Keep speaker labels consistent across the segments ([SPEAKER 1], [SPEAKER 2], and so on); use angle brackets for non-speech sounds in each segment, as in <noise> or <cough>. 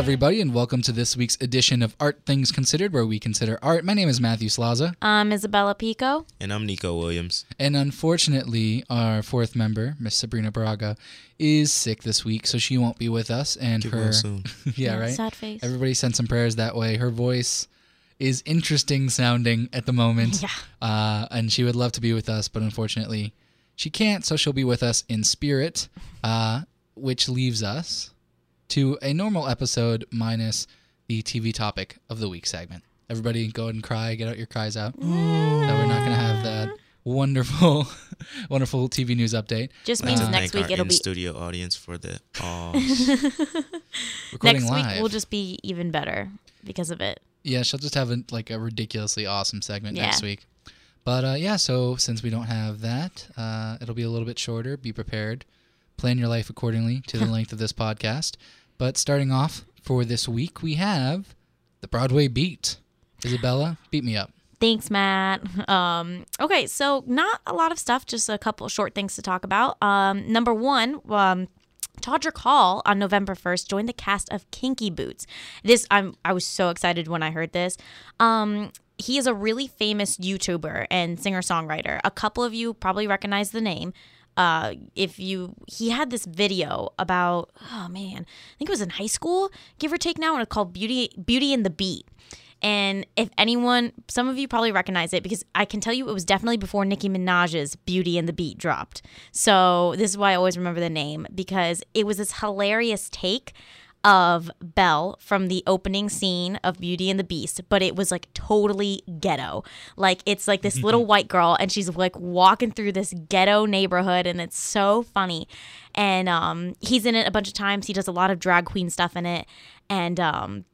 [SPEAKER 1] everybody, and welcome to this week's edition of Art Things Considered, where we consider art. My name is Matthew Slaza,
[SPEAKER 2] I'm Um, Isabella Pico.
[SPEAKER 3] And I'm Nico Williams.
[SPEAKER 1] and unfortunately, our fourth member, Miss Sabrina Braga, is sick this week, so she won't be with us. And
[SPEAKER 3] Get
[SPEAKER 1] her,
[SPEAKER 3] well soon.
[SPEAKER 1] <laughs> yeah, right.
[SPEAKER 2] Sad face.
[SPEAKER 1] Everybody sent some prayers that way. Her voice is interesting sounding at the moment.
[SPEAKER 2] Yeah.
[SPEAKER 1] Uh, and she would love to be with us, but unfortunately, she can't, so she'll be with us in spirit, uh, which leaves us to a normal episode minus the TV topic of the week segment. Everybody go and cry, get out your cries out. No, we're not going to have that wonderful, <laughs> wonderful TV news update.
[SPEAKER 2] Just
[SPEAKER 3] Like
[SPEAKER 2] means
[SPEAKER 3] to
[SPEAKER 2] next
[SPEAKER 3] thank
[SPEAKER 2] week
[SPEAKER 3] our
[SPEAKER 2] it'll be
[SPEAKER 3] in-studio audience for the
[SPEAKER 2] <laughs>
[SPEAKER 3] oh, all
[SPEAKER 1] Recording
[SPEAKER 2] next
[SPEAKER 1] live.
[SPEAKER 2] week will just be even better because of it.
[SPEAKER 1] Yeah, she'll just have a, like a ridiculously awesome segment
[SPEAKER 2] Yeah.
[SPEAKER 1] next week. But uh, yeah, so since we don't have that, uh, it'll be a little bit shorter. Be prepared. Plan your life accordingly
[SPEAKER 2] <laughs>
[SPEAKER 1] to the length of this podcast. But starting off for this week, we have the Broadway beat. Isabella, beat me up.
[SPEAKER 2] Thanks, Matt. <laughs> Um, okay, so not a lot of stuff, just a couple of short things to talk about. Um, number one, um, Todrick Hall on November 1st joined the cast of Kinky Boots. This I'm I was so excited when I heard this. Um, he is a really famous YouTuber and singer-songwriter. A couple of you probably recognize the name. Uh, if you he had this video about oh man, I think it was in high school, give or take now, and it's called Beauty Beauty and the Beat. And if anyone, some of you probably recognize it because I can tell you it was definitely before Nicki Minaj's Beauty and the Beat dropped. So this is why I always remember the name because it was this hilarious take of Belle from the opening scene of Beauty and the Beast, but it was like totally ghetto. Like it's like this little white girl and she's like walking through this ghetto neighborhood and it's so funny. And um he's in it a bunch of times. He does a lot of drag queen stuff in it. And um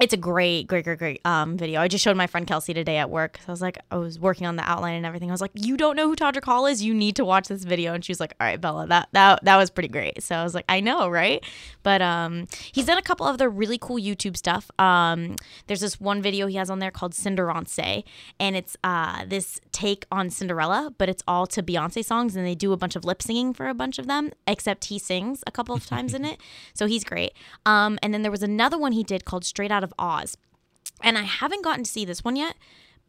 [SPEAKER 2] it's a great, great, great, great um, video. I just showed my friend Kelsey today at work. I was like, I was working on the outline and everything. I was like, you don't know who Todrick Hall is? You need to watch this video. And she was like, all right, Bella, that that that was pretty great. So I was like, I know, right? But um, he's done a couple other really cool YouTube stuff. Um, there's this one video he has on there called Cinderance, and it's uh, this take on Cinderella, but it's all to Beyonce songs, and they do a bunch of lip singing for a bunch of them. Except he sings a couple of times in it, so he's great. Um, and then there was another one he did called Straight Out of Oz. And I haven't gotten to see this one yet,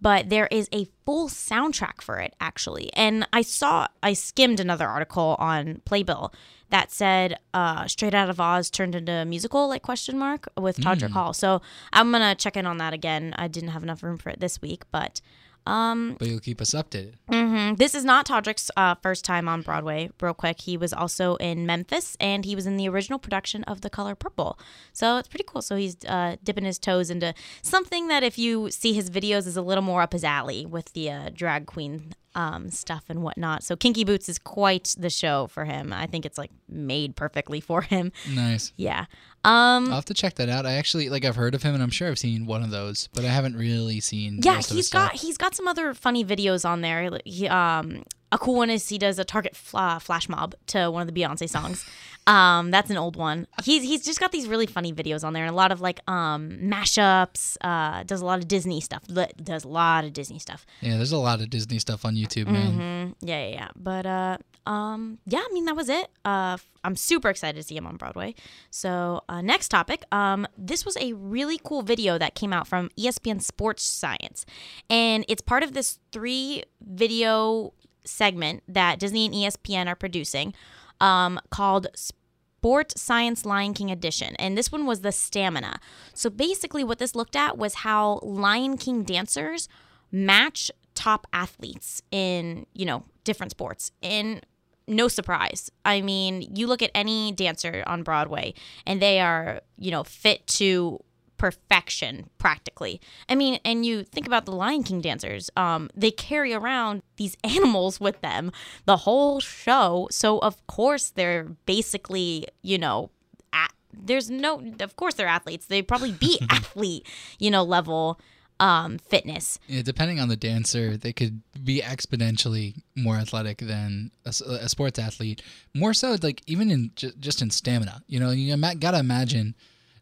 [SPEAKER 2] but there is a full soundtrack for it actually. And I saw, I skimmed another article on Playbill that said uh, Straight Out of Oz turned into a musical, like question mark, with Todrick Hall. So I'm gonna check in on that again. I didn't have enough room for it this week, but
[SPEAKER 1] But you'll keep us updated.
[SPEAKER 2] Mm-hmm. this is not Todrick's uh, first time on Broadway. Real quick, he was also in Memphis, and he was in the original production of *The Color Purple*. So it's pretty cool. So he's uh, dipping his toes into something that, if you see his videos, is a little more up his alley with the uh, drag queen um, stuff and whatnot. So *Kinky Boots* is quite the show for him. I think it's like made perfectly for him. <laughs>
[SPEAKER 1] Nice.
[SPEAKER 2] Yeah. Um,
[SPEAKER 1] I'll have to check that out. I actually like I've heard of him, and I'm sure I've seen one of those, but I haven't really seen.
[SPEAKER 2] yeah
[SPEAKER 1] most of his
[SPEAKER 2] he's
[SPEAKER 1] stuff.
[SPEAKER 2] got he's got some other funny videos on there Like, he, um a cool one is he does a target fl- uh, flash mob to one of the beyonce
[SPEAKER 1] <laughs>
[SPEAKER 2] songs um that's an old one he's he's just got these really funny videos on there and a lot of like um mashups uh does a lot of disney stuff li- does a lot of disney stuff
[SPEAKER 1] Yeah, there's a lot of Disney stuff on YouTube, man.
[SPEAKER 2] yeah yeah yeah but uh um yeah i mean that was it uh f- i'm super excited to see him on broadway so uh, next topic um this was a really cool video that came out from E espn sports science and it's part of this three video segment that disney and E espn are producing um called Sport Science Lion King Edition. And this one was the stamina. So basically, what this looked at was how Lion King dancers match top athletes in, you know, different sports. In no surprise. I mean, you look at any dancer on Broadway and they are, you know, fit to perfection practically. I mean, and you think about the Lion King dancers, um, they carry around these <laughs> animals with them the whole show. So, of course, they're basically, you know, at, there's no, of course, they're athletes. They probably beat athlete, you know, level um, fitness.
[SPEAKER 1] Yeah, depending on the dancer, they could be exponentially more athletic than a, s- a sports athlete. More so, like even in ju- just in stamina. You know, you ima- gotta imagine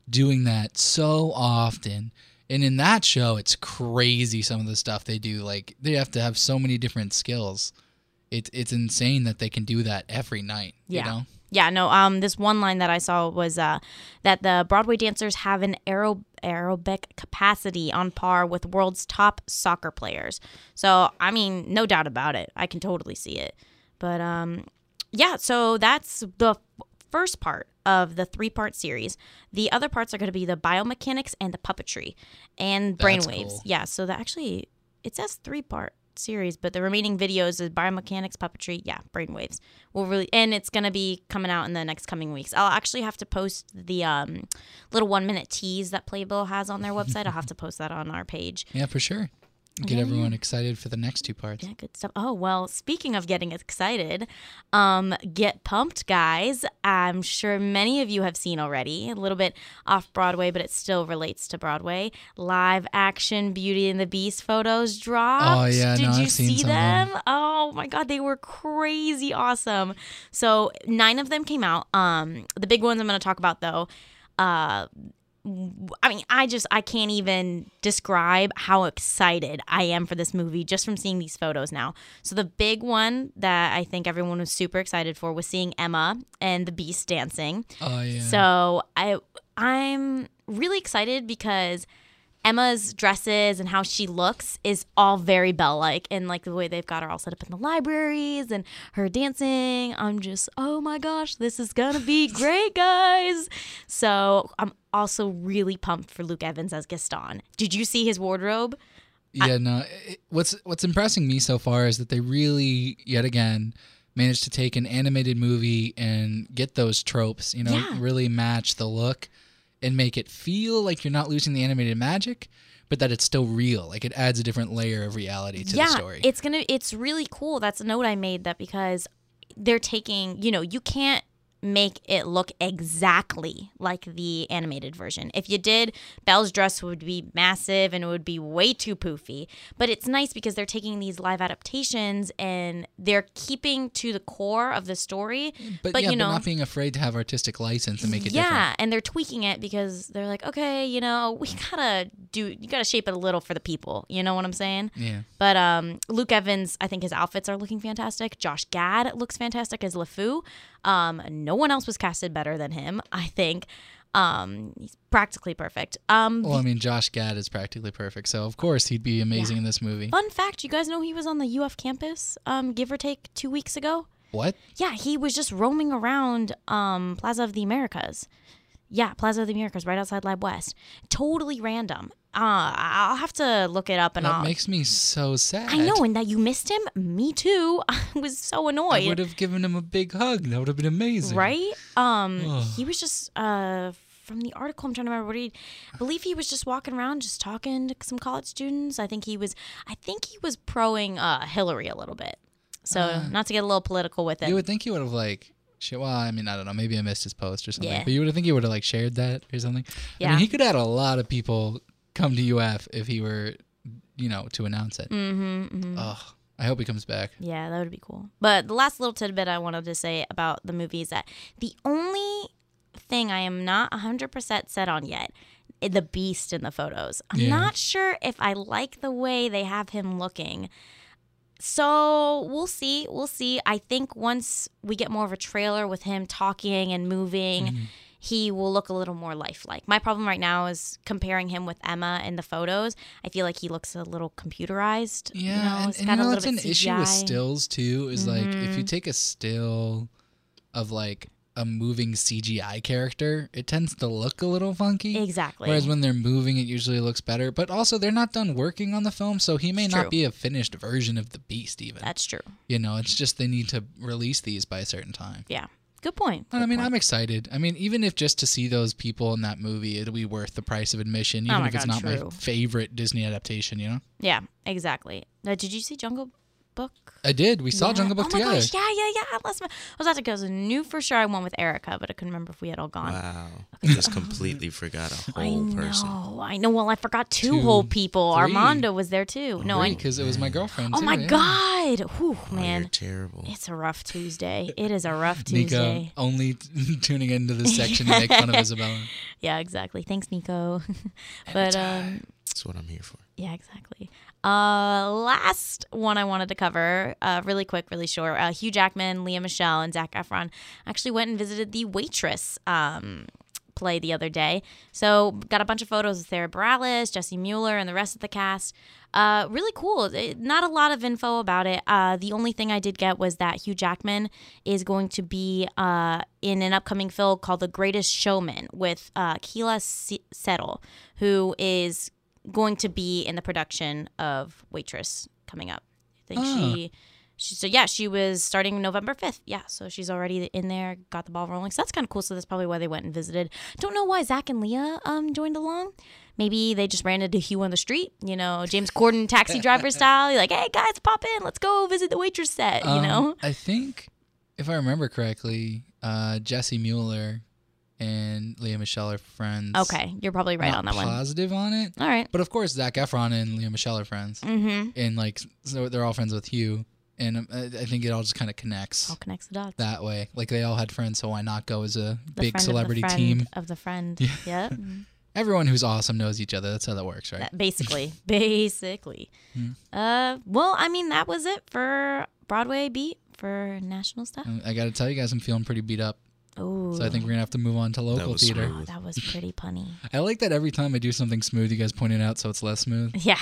[SPEAKER 1] doing that so often. And in that show, it's crazy some of the stuff they do. Like they have to have so many different skills. It's it's insane that they can do that every night.
[SPEAKER 2] Yeah.
[SPEAKER 1] You know?
[SPEAKER 2] Yeah, no. Um, this one line that I saw was uh, that the Broadway dancers have an aero- aerobic capacity on par with world's top soccer players. So I mean, no doubt about it. I can totally see it. But um, yeah. So that's the f- first part of the three-part series. The other parts are going to be the biomechanics and the puppetry and
[SPEAKER 1] That's
[SPEAKER 2] brainwaves.
[SPEAKER 1] cool.
[SPEAKER 2] Yeah. So that actually it says three-part series, but the remaining videos is biomechanics, puppetry, yeah, brainwaves will really and it's gonna be coming out in the next coming weeks i'll actually have to post the um, little one minute tease that playbill has on their website i'll have to post that on our page
[SPEAKER 1] Yeah, for sure. Get everyone excited for the next two parts.
[SPEAKER 2] yeah good stuff oh well speaking of getting excited um, get pumped guys i'm sure many of you have seen already a little bit off broadway but it still relates to broadway live action beauty and the beast photos dropped
[SPEAKER 1] Oh, yeah,
[SPEAKER 2] did
[SPEAKER 1] no,
[SPEAKER 2] you
[SPEAKER 1] I've seen
[SPEAKER 2] see
[SPEAKER 1] some of them.
[SPEAKER 2] them them. Oh my god, they were crazy awesome. So nine of them came out. Um, the big ones I'm going to talk about though. Uh, w- I mean, I just I can't even describe how excited I am for this movie just from seeing these photos now. So the big one that I think everyone was super excited for was seeing Emma and the Beast dancing.
[SPEAKER 1] Oh yeah.
[SPEAKER 2] So I I'm really excited because Emma's dresses and how she looks is all very Belle like and like the way they've got her all set up in the libraries and her dancing. I'm just, oh my gosh, this is gonna be great, guys. So I'm also really pumped for Luke Evans as Gaston. Did you see his wardrobe?
[SPEAKER 1] Yeah, no. It, what's what's impressing me so far is that they really, yet again, managed to take an animated movie and get those tropes. You know,
[SPEAKER 2] Yeah.
[SPEAKER 1] really match the look and make it feel like you're not losing the animated magic, but that it's still real. Like it adds a different layer of reality to
[SPEAKER 2] yeah,
[SPEAKER 1] the story.
[SPEAKER 2] It's gonna it's really cool. That's a note I made that because they're taking, you know, you can't make it look exactly like the animated version. If you did, Belle's dress would be massive and it would be way too poofy. But it's nice because they're taking these live adaptations and they're keeping to the core of the story.
[SPEAKER 1] but,
[SPEAKER 2] but,
[SPEAKER 1] yeah,
[SPEAKER 2] you know-
[SPEAKER 1] but not being afraid to have artistic license and make it
[SPEAKER 2] yeah,
[SPEAKER 1] different.
[SPEAKER 2] and they're tweaking it because they're like, okay, you know, we gotta do, you gotta shape it a little for the people. You know what I'm saying?
[SPEAKER 1] Yeah.
[SPEAKER 2] But um, Luke Evans, I think his outfits are looking fantastic. Josh Gad looks fantastic as LeFou. Um, no one else was casted better than him, I think. Um, he's practically perfect. Um,
[SPEAKER 1] Well, I mean, Josh Gad is practically perfect, so of course he'd be amazing in this movie.
[SPEAKER 2] fun fact, you guys know he was on the UF campus, um, give or take two weeks ago.
[SPEAKER 1] What?
[SPEAKER 2] Yeah, he was just roaming around um, Plaza of the Americas. Yeah, Plaza of the Americas, right outside Lab West. Totally random. Uh, I'll have to look it up and
[SPEAKER 1] That
[SPEAKER 2] I'll.
[SPEAKER 1] makes me so sad.
[SPEAKER 2] I know, and that you missed him. Me too. <laughs> I was so annoyed.
[SPEAKER 1] I would have given him a big hug. That would have been amazing.
[SPEAKER 2] Right? Um, he was just uh, from the article. I'm trying to remember what he. I believe he was just walking around, just talking to some college students. I think he was. I think he was proing uh, Hillary a little bit. So not to get a little political with it.
[SPEAKER 1] Ah. You would think he would have like. Shit, well, I mean, I don't know. Maybe I missed his post or something.
[SPEAKER 2] Yeah.
[SPEAKER 1] But you would have think he would have like shared that or something. I
[SPEAKER 2] Yeah.
[SPEAKER 1] mean, he could have had a lot of people come to UF if he were, you know, to announce it.
[SPEAKER 2] mm-hmm, mm-hmm.
[SPEAKER 1] Ugh. I hope he comes back.
[SPEAKER 2] Yeah, that would be cool. But the last little tidbit I wanted to say about the movie is that the only thing I am not 100% set on yet is the beast in the photos. I'm
[SPEAKER 1] Yeah.
[SPEAKER 2] not sure if I like the way they have him looking. So we'll see. We'll see. I think once we get more of a trailer with him talking and moving,
[SPEAKER 1] Mm. Mm-hmm.
[SPEAKER 2] he will look a little more lifelike. My problem right now is comparing him with Emma in the photos. I feel like he looks a little computerized. you
[SPEAKER 1] Yeah,
[SPEAKER 2] know,
[SPEAKER 1] and,
[SPEAKER 2] it's
[SPEAKER 1] and
[SPEAKER 2] got
[SPEAKER 1] you
[SPEAKER 2] a
[SPEAKER 1] know that's
[SPEAKER 2] little
[SPEAKER 1] an
[SPEAKER 2] bit
[SPEAKER 1] issue with
[SPEAKER 2] CGI.
[SPEAKER 1] stills too. Is like if
[SPEAKER 2] Mm-hmm.
[SPEAKER 1] you take a still of like a moving CGI character, it tends to look a little funky.
[SPEAKER 2] Exactly.
[SPEAKER 1] Whereas when they're moving, it usually looks better. But also, they're not done working on the film, so he may
[SPEAKER 2] It's true.
[SPEAKER 1] not be a finished version of the Beast. Even
[SPEAKER 2] That's true.
[SPEAKER 1] you know, it's just they need to release these by a certain time.
[SPEAKER 2] Yeah. Good point.
[SPEAKER 1] And I
[SPEAKER 2] Good
[SPEAKER 1] mean,
[SPEAKER 2] point.
[SPEAKER 1] I'm excited. I mean, even if just to see those people in that movie, it'll be worth the price of admission, even
[SPEAKER 2] Oh my
[SPEAKER 1] if it's not
[SPEAKER 2] God,
[SPEAKER 1] my
[SPEAKER 2] true.
[SPEAKER 1] favorite Disney adaptation. You know,
[SPEAKER 2] yeah, exactly. Now, did you see Jungle Book?
[SPEAKER 1] I did. We saw
[SPEAKER 2] Yeah.
[SPEAKER 1] Jungle Book
[SPEAKER 2] oh
[SPEAKER 1] together.
[SPEAKER 2] my gosh, yeah, yeah, yeah. Last month. I was about to go. I knew for sure I went with Erica, but I couldn't remember if we had all gone.
[SPEAKER 3] Wow. Just completely forgot a
[SPEAKER 2] I
[SPEAKER 3] whole person. Oh,
[SPEAKER 2] know, I know. Well, I forgot two,
[SPEAKER 1] Two,
[SPEAKER 2] whole people.
[SPEAKER 1] three.
[SPEAKER 2] Armando was there too. No, I.
[SPEAKER 1] because it was my girlfriend.
[SPEAKER 2] Oh
[SPEAKER 1] too,
[SPEAKER 2] my
[SPEAKER 1] yeah.
[SPEAKER 2] God! Whew,
[SPEAKER 3] You're
[SPEAKER 2] man,
[SPEAKER 3] terrible.
[SPEAKER 2] it's a rough Tuesday. It is a rough
[SPEAKER 1] <laughs> Nico
[SPEAKER 2] Tuesday.
[SPEAKER 1] only <laughs> t- tuning
[SPEAKER 2] <laughs>
[SPEAKER 1] into this section to make fun of Isabella.
[SPEAKER 2] Yeah, exactly. Thanks, Nico. <laughs> but um,
[SPEAKER 3] It's That's what I'm here for.
[SPEAKER 2] Yeah, exactly. Uh, last one I wanted to cover, uh, really quick, really short. Uh, Hugh Jackman, Leah Michelle, and Zach Efron actually went and visited the waitress um, play the other day. So got a bunch of photos of Sarah Bareilles, Jesse Mueller, and the rest of the cast. Uh, really cool. It- not a lot of info about it. Uh, the only thing I did get was that Hugh Jackman is going to be uh, in an upcoming film called The Greatest Showman with uh, Keila Se- Settle, who is going to be in the production of Waitress coming up. I think
[SPEAKER 1] Ah.
[SPEAKER 2] she. She, so yeah, she was starting November fifth. Yeah, so she's already in there, got the ball rolling. So that's kind of cool. So that's probably why they went and visited. Don't know why Zach and Leah um joined along. Maybe they just ran into Hugh on the street. You know, James Corden
[SPEAKER 1] <laughs>
[SPEAKER 2] taxi driver style. You're like, hey guys, pop in, let's go visit the waitress set. <laughs> You
[SPEAKER 1] Um,
[SPEAKER 2] know,
[SPEAKER 1] I think, if I remember correctly, uh, Jesse Mueller and Leah Michelle are friends.
[SPEAKER 2] okay, you're probably right
[SPEAKER 1] Not
[SPEAKER 2] on that one.
[SPEAKER 1] Positive on it,
[SPEAKER 2] All right.
[SPEAKER 1] but of course Zach Efron and Leah Michelle are friends,
[SPEAKER 2] Mm-hmm.
[SPEAKER 1] and like so they're all friends with Hugh, and um, I I think it all just kind of connects
[SPEAKER 2] All connects the dots.
[SPEAKER 1] that way. Like they all had friends, so why not go as a
[SPEAKER 2] The friend
[SPEAKER 1] big
[SPEAKER 2] of the
[SPEAKER 1] celebrity
[SPEAKER 2] friend
[SPEAKER 1] team?
[SPEAKER 2] of the friend.
[SPEAKER 1] <laughs> Yeah.
[SPEAKER 2] Yep.
[SPEAKER 1] Everyone who's awesome knows each other. That's how that works, right?
[SPEAKER 2] That- basically, basically.
[SPEAKER 1] Hmm.
[SPEAKER 2] Uh, well, I mean, that was it for Broadway beat for national stuff.
[SPEAKER 1] Um, I got to tell you guys, I'm feeling pretty beat up,
[SPEAKER 2] Oh,
[SPEAKER 1] so I think we're gonna have to move on to local
[SPEAKER 3] was
[SPEAKER 1] theater.
[SPEAKER 3] smooth.
[SPEAKER 2] Ah, that was pretty punny. <laughs>
[SPEAKER 1] I like that every time I do something smooth, you guys point it out, so it's less smooth.
[SPEAKER 2] Yeah.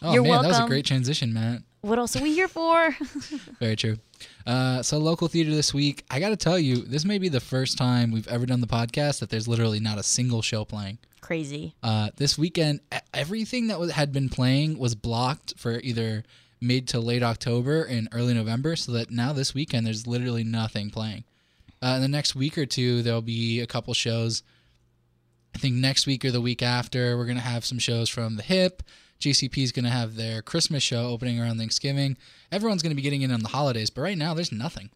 [SPEAKER 1] Oh
[SPEAKER 2] You're
[SPEAKER 1] man, that was a
[SPEAKER 2] welcome.
[SPEAKER 1] great transition, Matt.
[SPEAKER 2] What else are we here for? <laughs>
[SPEAKER 1] Very true. Uh, so local theater this week. I got to tell you, this may be the first time we've ever done the podcast that there's literally not a single show playing.
[SPEAKER 2] Crazy.
[SPEAKER 1] Uh, this weekend, e- everything that was, had been playing was blocked for either mid to late October and early November, so that now this weekend there's literally nothing playing. Uh, in the next week or two, there'll be a couple shows. I think next week or the week after, we're gonna have some shows from the Hip. JCP is gonna have their Christmas show opening around Thanksgiving. Everyone's gonna be getting in on the holidays, but right now there's nothing.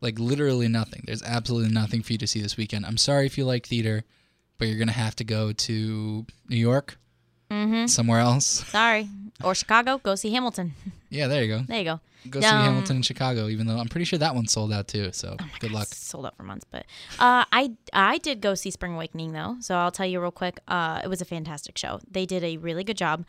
[SPEAKER 1] Like literally nothing. There's absolutely nothing for you to see this weekend. I'm sorry if you like theater but you're gonna have to go to New York,
[SPEAKER 2] Mm-hmm.
[SPEAKER 1] somewhere else. <laughs>
[SPEAKER 2] Sorry. Or Chicago, go see Hamilton. <laughs>
[SPEAKER 1] Yeah, there you go.
[SPEAKER 2] There you go.
[SPEAKER 1] Go see
[SPEAKER 2] Um,
[SPEAKER 1] Hamilton in Chicago, even though I'm pretty sure that one sold out too. So good luck.
[SPEAKER 2] <laughs> Sold out for months, but uh, I I did go see Spring Awakening though, so I'll tell you real quick. Uh, it was a fantastic show. They did a really good job.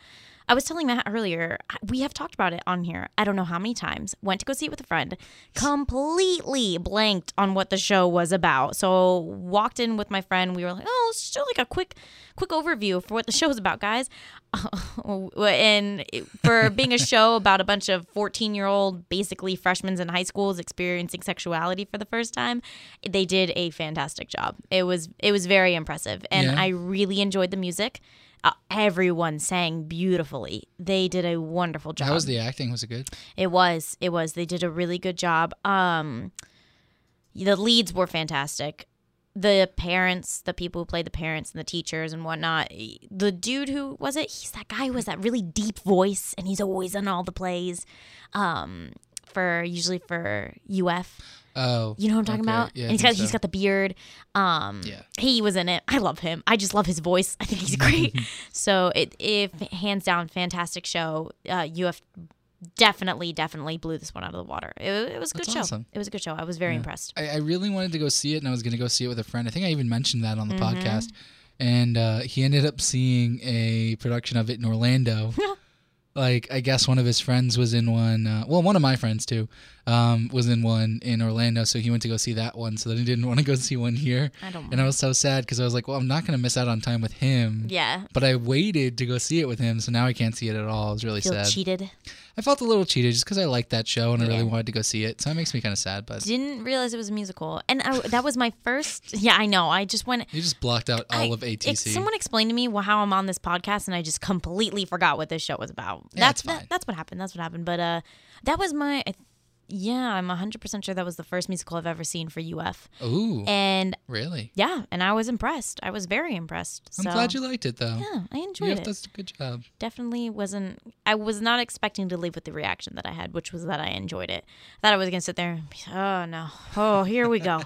[SPEAKER 2] I was telling Matt earlier. I- We have talked about it on here. I don't know how many times. Went to go see it with a friend. Completely blanked on what the show was about. So walked in with my friend. We were like, oh, let's do like a quick quick overview for what the show is about, guys. <laughs> and it- for being a show about a bunch of 14 year old, basically freshmen in high schools experiencing sexuality for the first time, they did a fantastic job. It was it was very impressive, and
[SPEAKER 1] Yeah.
[SPEAKER 2] I really enjoyed the music. Uh, everyone sang beautifully. They did a wonderful job.
[SPEAKER 1] How was the acting? Was it good?
[SPEAKER 2] It was. It was. They did a really good job. Um the leads were fantastic. The parents, the people who played the parents and the teachers and whatnot. e, The dude who was it? He's that guy who has that really deep voice and he's always on all the plays. Um for usually for UF.
[SPEAKER 1] Oh,
[SPEAKER 2] You know what I'm talking
[SPEAKER 1] okay.
[SPEAKER 2] about?
[SPEAKER 1] Yeah, I
[SPEAKER 2] and he's
[SPEAKER 1] think
[SPEAKER 2] got he's
[SPEAKER 1] so.
[SPEAKER 2] got the beard. Um
[SPEAKER 1] Yeah.
[SPEAKER 2] he was in it. I love him. I just love his voice. I think he's
[SPEAKER 1] <laughs>
[SPEAKER 2] great. so it if hands down fantastic show. Uh UF definitely definitely blew this one out of the water. It, it was a good
[SPEAKER 1] That's
[SPEAKER 2] show.
[SPEAKER 1] awesome.
[SPEAKER 2] It was a good show. I was very impressed.
[SPEAKER 1] I, I really wanted to go see it, and I was going to go see it with a friend. I think I even mentioned that on the podcast. And uh, he ended up seeing a production of it in Orlando. like, I guess one of his friends was in one. Uh, well, one of my friends, too, um, was in one in Orlando. So he went to go see that one. So then he didn't want to go see one here.
[SPEAKER 2] I don't
[SPEAKER 1] and I was so sad because I was like, well, I'm not going to miss out on time with him.
[SPEAKER 2] Yeah.
[SPEAKER 1] But I waited to go see it with him. So now I can't see it at all. It was really
[SPEAKER 2] Feel
[SPEAKER 1] sad.
[SPEAKER 2] cheated.
[SPEAKER 1] I felt a little cheated just because I liked that show and I
[SPEAKER 2] Yeah.
[SPEAKER 1] really wanted to go see it. So it makes me kind of sad. But
[SPEAKER 2] Didn't realize it was a musical. And I, that was my first Yeah, I know. I just went
[SPEAKER 1] You just blocked out all
[SPEAKER 2] I-
[SPEAKER 1] of ATC.
[SPEAKER 2] it- someone explained to me wh- how I'm on this podcast, and I just completely forgot what this show was about.
[SPEAKER 1] Yeah, it's
[SPEAKER 2] that-
[SPEAKER 1] fine.
[SPEAKER 2] that's what happened. That's what happened. But uh, that was my. I th- yeah, I'm 100% sure that was the first musical I've ever seen for UF.
[SPEAKER 1] Ooh,
[SPEAKER 2] And
[SPEAKER 1] really?
[SPEAKER 2] yeah, and I was impressed. I was very impressed.
[SPEAKER 1] I'm
[SPEAKER 2] so,
[SPEAKER 1] glad you liked it though.
[SPEAKER 2] Yeah, I
[SPEAKER 1] you
[SPEAKER 2] enjoyed
[SPEAKER 1] have
[SPEAKER 2] it.
[SPEAKER 1] that's a good
[SPEAKER 2] <laughs>
[SPEAKER 1] job.
[SPEAKER 2] Definitely wasn't. I was not expecting to leave with the reaction that I had, which was that I enjoyed it. I thought I was going to sit there and be, oh no, oh, here we
[SPEAKER 1] <laughs>
[SPEAKER 2] go.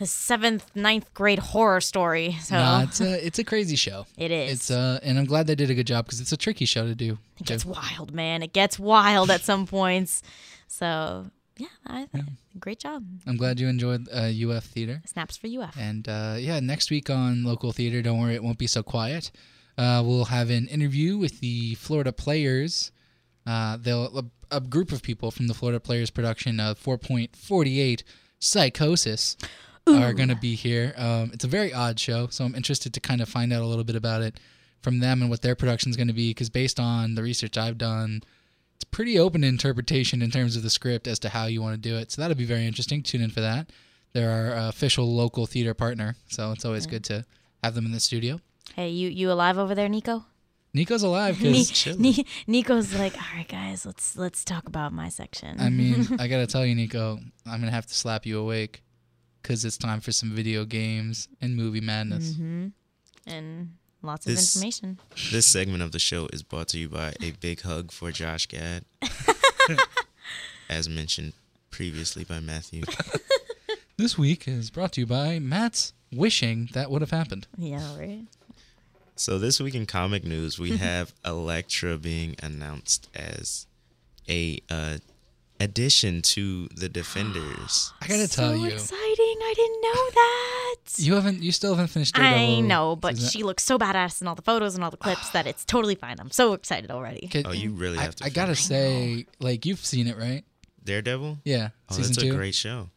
[SPEAKER 2] the seventh, ninth grade horror story. So
[SPEAKER 1] No, it's a uh, it's a crazy show.
[SPEAKER 2] Oh. it is.
[SPEAKER 1] It's uh, and I'm glad they did a good job because it's a tricky show to do. too.
[SPEAKER 2] It gets wild, man. It gets wild at some points. So yeah, I, great job.
[SPEAKER 1] I'm glad you enjoyed uh, UF theater.
[SPEAKER 2] Snaps for UF.
[SPEAKER 1] And uh, yeah, next week on local theater, don't worry, it won't be so quiet. Uh, we'll have an interview with the Florida Players. Uh, they'll a, a group of people from the Florida Players production of 4.48 Psychosis are going to be here. Um, it's a very odd show, so I'm interested to kind of find out a little bit about it from them and what their production's going to be. Because based on the research I've done, it's pretty open interpretation in terms of the script as to how you want to do it. So that'll be very interesting. Tune in for that. They're our uh, official local theater partner, so it's always good to have them in the studio.
[SPEAKER 2] Hey, you you alive over there, Nico?
[SPEAKER 1] Nico's alive
[SPEAKER 2] Ni-
[SPEAKER 1] because
[SPEAKER 3] chilling.
[SPEAKER 2] Ni- Nico's like, all right, guys, let's let's talk about my section.
[SPEAKER 1] I mean,
[SPEAKER 2] <laughs>
[SPEAKER 1] I gotta tell you, Nico, I'm gonna have to slap you awake because it's time for some video games and movie madness.
[SPEAKER 2] Mm-hmm. and lots of
[SPEAKER 3] This-
[SPEAKER 2] information.
[SPEAKER 3] This segment of the show is brought to you by a big hug for
[SPEAKER 2] <laughs>
[SPEAKER 3] Josh Gad, as mentioned previously by Matthew.
[SPEAKER 1] This week is brought to you by Matt's wishing that would have happened.
[SPEAKER 2] Yeah, right.
[SPEAKER 3] So this week in comic
[SPEAKER 2] <laughs>
[SPEAKER 3] news, we have Elektra being announced as a uh, addition to the Defenders.
[SPEAKER 1] I gotta tell you,
[SPEAKER 2] exciting! I didn't know that.
[SPEAKER 1] you haven't, <laughs> you still haven't finished.
[SPEAKER 2] I
[SPEAKER 1] Daredevil
[SPEAKER 2] know, but
[SPEAKER 1] season-
[SPEAKER 2] she looks so badass in all the photos and all the clips that it's totally fine. I'm so excited already.
[SPEAKER 1] Okay,
[SPEAKER 3] Oh, you really
[SPEAKER 1] I,
[SPEAKER 3] have to.
[SPEAKER 1] I gotta
[SPEAKER 3] finish.
[SPEAKER 1] say, like you've seen it, right?
[SPEAKER 3] Daredevil.
[SPEAKER 1] Yeah,
[SPEAKER 3] Oh,
[SPEAKER 1] season
[SPEAKER 3] that's
[SPEAKER 1] two.
[SPEAKER 3] a great show.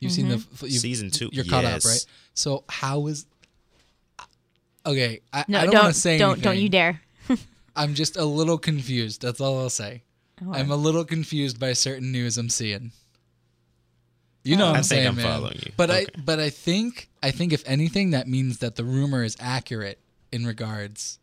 [SPEAKER 1] You've seen the
[SPEAKER 2] Mm-hmm.
[SPEAKER 1] f- you've,
[SPEAKER 3] Season two,
[SPEAKER 1] You're caught up,
[SPEAKER 3] yes.
[SPEAKER 1] right? So how is? Okay, I,
[SPEAKER 2] No,
[SPEAKER 1] I don't,
[SPEAKER 2] don't
[SPEAKER 1] want to say
[SPEAKER 2] don't, don't
[SPEAKER 1] anything.
[SPEAKER 2] you dare.
[SPEAKER 1] I'm just a little confused. That's all I'll say.
[SPEAKER 2] Oh,
[SPEAKER 1] I'm a little confused by certain news I'm seeing. You
[SPEAKER 2] Oh.
[SPEAKER 1] know what
[SPEAKER 3] I
[SPEAKER 1] I'm
[SPEAKER 3] think
[SPEAKER 1] saying,
[SPEAKER 3] I'm
[SPEAKER 1] man.
[SPEAKER 3] following you.
[SPEAKER 1] But I
[SPEAKER 3] Okay.
[SPEAKER 1] but I think I think if anything that means that the rumor is accurate in regards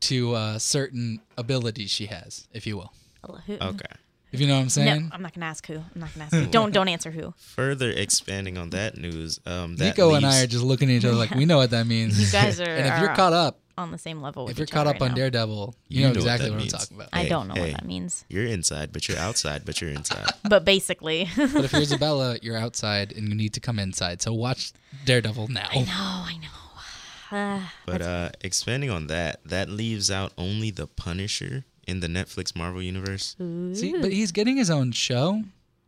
[SPEAKER 1] to uh, certain abilities she has, if you will.
[SPEAKER 2] Who?
[SPEAKER 1] Mm-hmm.
[SPEAKER 3] Okay.
[SPEAKER 1] If you know what I'm
[SPEAKER 2] No,
[SPEAKER 1] saying.
[SPEAKER 2] I'm not gonna ask who. I'm not gonna ask. Who. Don't don't answer who.
[SPEAKER 3] Further expanding on that news, um, that
[SPEAKER 1] Nico and I
[SPEAKER 3] leaves-
[SPEAKER 1] are just looking at each other like we know what that means.
[SPEAKER 2] You guys are,
[SPEAKER 1] <laughs> and if
[SPEAKER 2] are uh,
[SPEAKER 1] you're caught up,
[SPEAKER 2] on the same level. With
[SPEAKER 1] if you're
[SPEAKER 2] each
[SPEAKER 1] caught
[SPEAKER 2] other
[SPEAKER 1] up
[SPEAKER 2] right
[SPEAKER 1] on
[SPEAKER 2] now.
[SPEAKER 1] Daredevil, you,
[SPEAKER 3] You
[SPEAKER 1] know
[SPEAKER 3] know what
[SPEAKER 1] exactly
[SPEAKER 3] that
[SPEAKER 1] what, I'm
[SPEAKER 3] means.
[SPEAKER 1] talking
[SPEAKER 2] <laughs>
[SPEAKER 1] about.
[SPEAKER 2] I
[SPEAKER 3] Hey,
[SPEAKER 2] don't know
[SPEAKER 3] hey.
[SPEAKER 2] what that means,
[SPEAKER 3] You're inside, but you're outside, but
[SPEAKER 1] <laughs>
[SPEAKER 3] you're inside.
[SPEAKER 2] but
[SPEAKER 3] <laughs>
[SPEAKER 2] basically. <laughs> Oh,
[SPEAKER 1] But if you're Isabella, you're outside and you need to come inside. So watch Daredevil now.
[SPEAKER 2] Oh, I know. Uh,
[SPEAKER 3] But uh, expanding on that, that leaves out only the Punisher in the Netflix Marvel universe.
[SPEAKER 1] See, but he's getting his own show.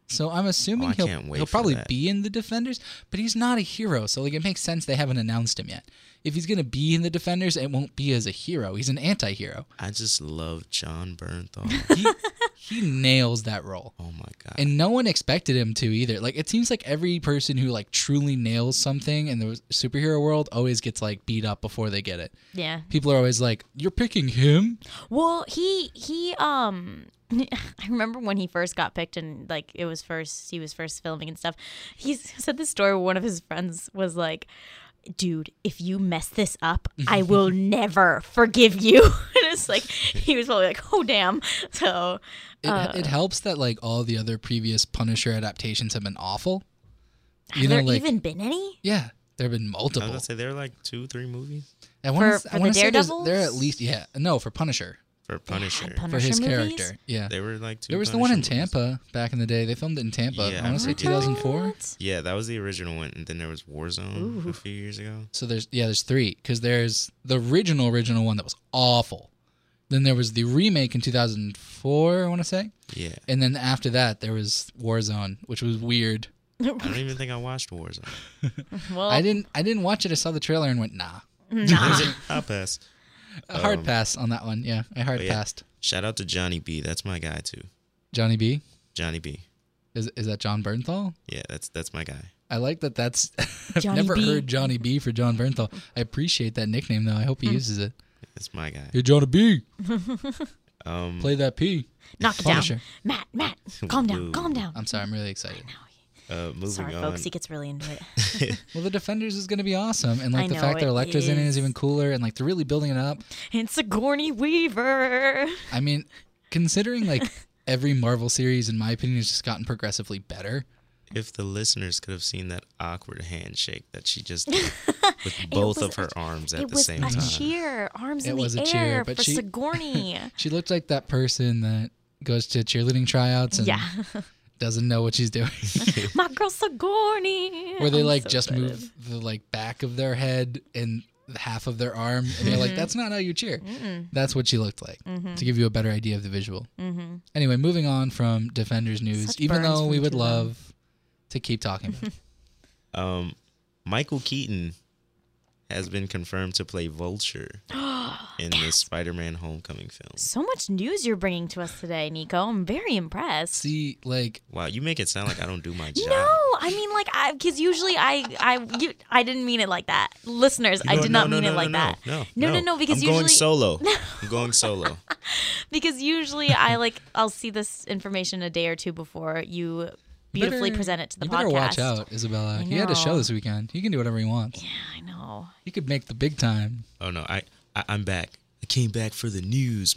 [SPEAKER 1] So I'm assuming
[SPEAKER 3] Oh, I
[SPEAKER 1] he'll,
[SPEAKER 3] can't wait
[SPEAKER 1] he'll
[SPEAKER 3] for
[SPEAKER 1] probably
[SPEAKER 3] that.
[SPEAKER 1] be in the Defenders, but he's not a hero. So like it makes sense they haven't announced him yet. If he's going to be in the Defenders, it won't be as a hero. He's an anti-hero.
[SPEAKER 3] I just love John Bernthal.
[SPEAKER 1] <laughs> He, he nails that role.
[SPEAKER 3] oh my god!
[SPEAKER 1] And no one expected him to either. Like it seems like every person who like truly nails something in the superhero world always gets like beat up before they get it.
[SPEAKER 2] yeah.
[SPEAKER 1] People are always like, "You're picking him?"
[SPEAKER 2] Well, he he um <laughs> I remember when he first got picked and like it was first he was first filming and stuff. He s- said this story where one of his friends was like, "Dude, if you mess this up,
[SPEAKER 1] <laughs>
[SPEAKER 2] I will never forgive you." <laughs> and it's like he was probably like, "Oh damn." So,
[SPEAKER 1] It,
[SPEAKER 2] Uh,
[SPEAKER 1] it helps that like all the other previous Punisher adaptations have been awful.
[SPEAKER 2] have there even been any?
[SPEAKER 1] Yeah, there have been
[SPEAKER 3] I was
[SPEAKER 1] multiple.
[SPEAKER 3] gonna say there are like two, three movies
[SPEAKER 1] I wanna,
[SPEAKER 2] For-
[SPEAKER 1] s- I
[SPEAKER 2] for the
[SPEAKER 1] wanna say there's-
[SPEAKER 2] Daredevils?
[SPEAKER 1] there are at least yeah no for Punisher
[SPEAKER 3] for
[SPEAKER 2] They had
[SPEAKER 3] Punisher.
[SPEAKER 1] for his
[SPEAKER 2] movies?
[SPEAKER 1] character. Yeah,
[SPEAKER 3] They were like two.
[SPEAKER 1] there was the one in
[SPEAKER 3] Punisher movies.
[SPEAKER 1] Tampa back in the day. They filmed it in Tampa.
[SPEAKER 3] Yeah,
[SPEAKER 1] I want to
[SPEAKER 3] I
[SPEAKER 1] say
[SPEAKER 3] heard that.
[SPEAKER 1] 2004.
[SPEAKER 2] What?
[SPEAKER 3] Yeah, that was the original one, and then there was Warzone a few years ago.
[SPEAKER 1] So there's yeah there's three because there's the original original one that was awful. Then there was the remake in 2004. I want to say,
[SPEAKER 3] Yeah,
[SPEAKER 1] and then after that there was Warzone, which was weird.
[SPEAKER 3] I
[SPEAKER 1] <laughs>
[SPEAKER 3] don't even think I watched Warzone.
[SPEAKER 2] Well,
[SPEAKER 1] I didn't I didn't watch it. I saw the trailer and went nah.
[SPEAKER 3] There's <laughs> a- I'll pass.
[SPEAKER 1] A hard
[SPEAKER 3] Um,
[SPEAKER 1] pass on that one. Yeah, I hard
[SPEAKER 3] but yeah.
[SPEAKER 1] passed.
[SPEAKER 3] Shout out to Johnny B. That's my guy too.
[SPEAKER 1] Johnny B.
[SPEAKER 3] Johnny B. is
[SPEAKER 1] Is is that John Bernthal?
[SPEAKER 3] Yeah, that's that's my guy.
[SPEAKER 1] I like that. That's <laughs> I've
[SPEAKER 2] Johnny
[SPEAKER 1] never
[SPEAKER 2] B.
[SPEAKER 1] heard Johnny B for John Bernthal. I appreciate that nickname though. I hope he
[SPEAKER 2] Hmm.
[SPEAKER 1] uses it.
[SPEAKER 3] That's my guy.
[SPEAKER 1] Hey Johnny B,
[SPEAKER 3] Um,
[SPEAKER 1] play that P.
[SPEAKER 2] knock it down.
[SPEAKER 1] Punisher.
[SPEAKER 2] Matt, Matt, calm down.
[SPEAKER 3] Ooh.
[SPEAKER 2] Calm down.
[SPEAKER 1] I'm sorry, I'm really excited.
[SPEAKER 3] uh, moving
[SPEAKER 2] Sorry,
[SPEAKER 3] on.
[SPEAKER 2] folks. He gets really into it. <laughs>
[SPEAKER 1] Well, the Defenders is gonna be awesome, and
[SPEAKER 2] I
[SPEAKER 1] like the
[SPEAKER 2] know,
[SPEAKER 1] fact that
[SPEAKER 2] it
[SPEAKER 1] Elektra's in it is
[SPEAKER 2] is.
[SPEAKER 1] even cooler, and like they're really building it up.
[SPEAKER 2] It's a Sigourney Weaver.
[SPEAKER 1] I mean, considering
[SPEAKER 2] <laughs>
[SPEAKER 1] like every Marvel series, in my opinion, has just gotten progressively better.
[SPEAKER 3] If the listeners could have seen that awkward handshake that she just
[SPEAKER 2] <laughs>
[SPEAKER 3] did with both
[SPEAKER 2] was
[SPEAKER 3] of her arms at
[SPEAKER 2] it
[SPEAKER 3] the
[SPEAKER 2] was
[SPEAKER 3] same
[SPEAKER 2] a
[SPEAKER 3] time.
[SPEAKER 2] cheer, arms
[SPEAKER 1] It
[SPEAKER 2] in
[SPEAKER 1] was
[SPEAKER 2] the
[SPEAKER 1] a
[SPEAKER 2] air
[SPEAKER 1] cheer, but
[SPEAKER 2] for
[SPEAKER 1] she-
[SPEAKER 2] Sigourney.
[SPEAKER 1] <laughs> She looked like that person that goes to cheerleading tryouts and
[SPEAKER 2] yeah,
[SPEAKER 1] doesn't know what she's doing.
[SPEAKER 2] <laughs> my girl Sigourney.
[SPEAKER 1] Where they
[SPEAKER 2] I'm
[SPEAKER 1] like
[SPEAKER 2] so
[SPEAKER 1] just
[SPEAKER 2] excited.
[SPEAKER 1] move the like back of their head and half of their arm, and they're
[SPEAKER 2] Mm-hmm.
[SPEAKER 1] like, "That's not how you cheer." That's what she looked like to give you a better idea of the visual. Mm-hmm. Anyway, moving on from Defenders news,
[SPEAKER 2] Such
[SPEAKER 1] even
[SPEAKER 2] burns
[SPEAKER 1] though
[SPEAKER 2] from
[SPEAKER 1] we would
[SPEAKER 2] too long.
[SPEAKER 1] love to keep talking,
[SPEAKER 2] <laughs>
[SPEAKER 1] about it.
[SPEAKER 2] <gasps>
[SPEAKER 3] Um, Michael Keaton has been confirmed to play Vulture in the Spider-Man Homecoming film.
[SPEAKER 2] So much news you're bringing to us today, Nico. I'm very impressed.
[SPEAKER 1] See, like,
[SPEAKER 3] Wow, you make it sound like I don't do my job.
[SPEAKER 2] <laughs> No, I mean like I because usually I I you, I didn't mean it like that, listeners. I
[SPEAKER 3] No,
[SPEAKER 2] did
[SPEAKER 3] no,
[SPEAKER 2] not
[SPEAKER 3] no,
[SPEAKER 2] mean
[SPEAKER 3] no,
[SPEAKER 2] it
[SPEAKER 3] no,
[SPEAKER 2] like
[SPEAKER 3] no,
[SPEAKER 2] that.
[SPEAKER 3] No,
[SPEAKER 2] no, no, no, because
[SPEAKER 3] I'm
[SPEAKER 2] usually <laughs>
[SPEAKER 3] going solo. I'm going solo.
[SPEAKER 2] because usually
[SPEAKER 1] <laughs>
[SPEAKER 2] I like I'll see this information a day or two before you beautifully
[SPEAKER 1] better-
[SPEAKER 2] present it to the
[SPEAKER 1] you
[SPEAKER 2] podcast.
[SPEAKER 1] better watch out, Isabella. He had a show
[SPEAKER 2] know.
[SPEAKER 1] this weekend. He can do whatever he wants.
[SPEAKER 2] Yeah, I know.
[SPEAKER 1] He could make the big time.
[SPEAKER 3] Oh no, I, I I'm back. I came back for the news,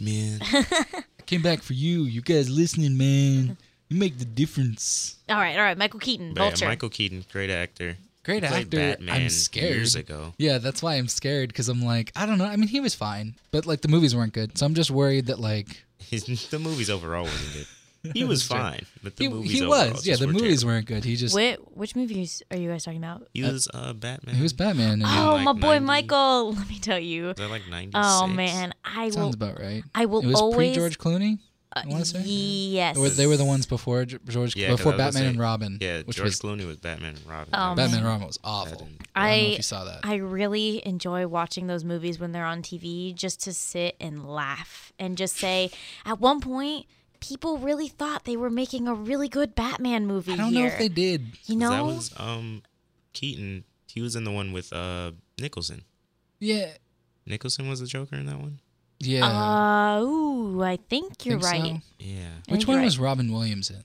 [SPEAKER 2] <laughs>
[SPEAKER 3] man.
[SPEAKER 1] I came back for you. You guys listening, man. You make the difference.
[SPEAKER 2] All right, all right. Michael Keaton,
[SPEAKER 3] But yeah,
[SPEAKER 2] Vulture.
[SPEAKER 3] Michael Keaton, great actor.
[SPEAKER 1] Great
[SPEAKER 3] He played
[SPEAKER 1] actor.
[SPEAKER 3] Batman
[SPEAKER 1] I'm scared.
[SPEAKER 3] Years ago. <laughs>
[SPEAKER 1] Yeah, that's why I'm scared because I'm like, I don't know. I mean, he was fine, but like the movies weren't good. So I'm just worried that like
[SPEAKER 3] the movies overall wasn't
[SPEAKER 1] <laughs>
[SPEAKER 3] good. He was fine, but the
[SPEAKER 1] he,
[SPEAKER 3] movies
[SPEAKER 1] he
[SPEAKER 3] overall
[SPEAKER 1] was. Yeah,
[SPEAKER 3] just
[SPEAKER 1] the
[SPEAKER 3] were
[SPEAKER 1] movies
[SPEAKER 3] terrible.
[SPEAKER 1] weren't good. He just
[SPEAKER 2] Whi which movies are you guys talking about?
[SPEAKER 3] He was uh, Batman.
[SPEAKER 1] he was Batman. And
[SPEAKER 2] Oh,
[SPEAKER 3] like
[SPEAKER 2] my boy
[SPEAKER 3] 90.
[SPEAKER 2] Michael. <laughs> Let me tell you.
[SPEAKER 3] They're like 96.
[SPEAKER 2] Oh man, I will.
[SPEAKER 1] sounds about right.
[SPEAKER 2] I will
[SPEAKER 1] It was
[SPEAKER 2] always- uh,
[SPEAKER 1] pre-George Clooney. I want to say.
[SPEAKER 2] Yes.
[SPEAKER 1] Or they were the ones before Ge- George
[SPEAKER 3] Yeah, 'cause
[SPEAKER 1] before
[SPEAKER 3] I was gonna
[SPEAKER 1] Batman and
[SPEAKER 3] say-
[SPEAKER 1] Robin.
[SPEAKER 3] Yeah,
[SPEAKER 1] which
[SPEAKER 3] George
[SPEAKER 1] was
[SPEAKER 3] Clooney was Batman and Robin.
[SPEAKER 2] Oh,
[SPEAKER 1] Batman
[SPEAKER 2] man.
[SPEAKER 1] and Robin was awful. I, don't know
[SPEAKER 2] I
[SPEAKER 1] if you saw that.
[SPEAKER 2] I really enjoy watching those movies when they're on TV just to sit and laugh and just say at one point people really thought they were making a really good Batman movie
[SPEAKER 1] I don't
[SPEAKER 2] here.
[SPEAKER 1] know if they did.
[SPEAKER 2] you
[SPEAKER 3] 'Cause
[SPEAKER 2] know?
[SPEAKER 3] That was um Keaton. He was in the one with uh Nicholson.
[SPEAKER 1] Yeah.
[SPEAKER 3] Nicholson was the Joker in that one.
[SPEAKER 1] Yeah.
[SPEAKER 2] Uh, ooh, I think you're
[SPEAKER 1] think so.
[SPEAKER 2] right.
[SPEAKER 3] Yeah.
[SPEAKER 2] think
[SPEAKER 1] Which
[SPEAKER 2] you're
[SPEAKER 1] one
[SPEAKER 2] right.
[SPEAKER 1] was Robin Williams in?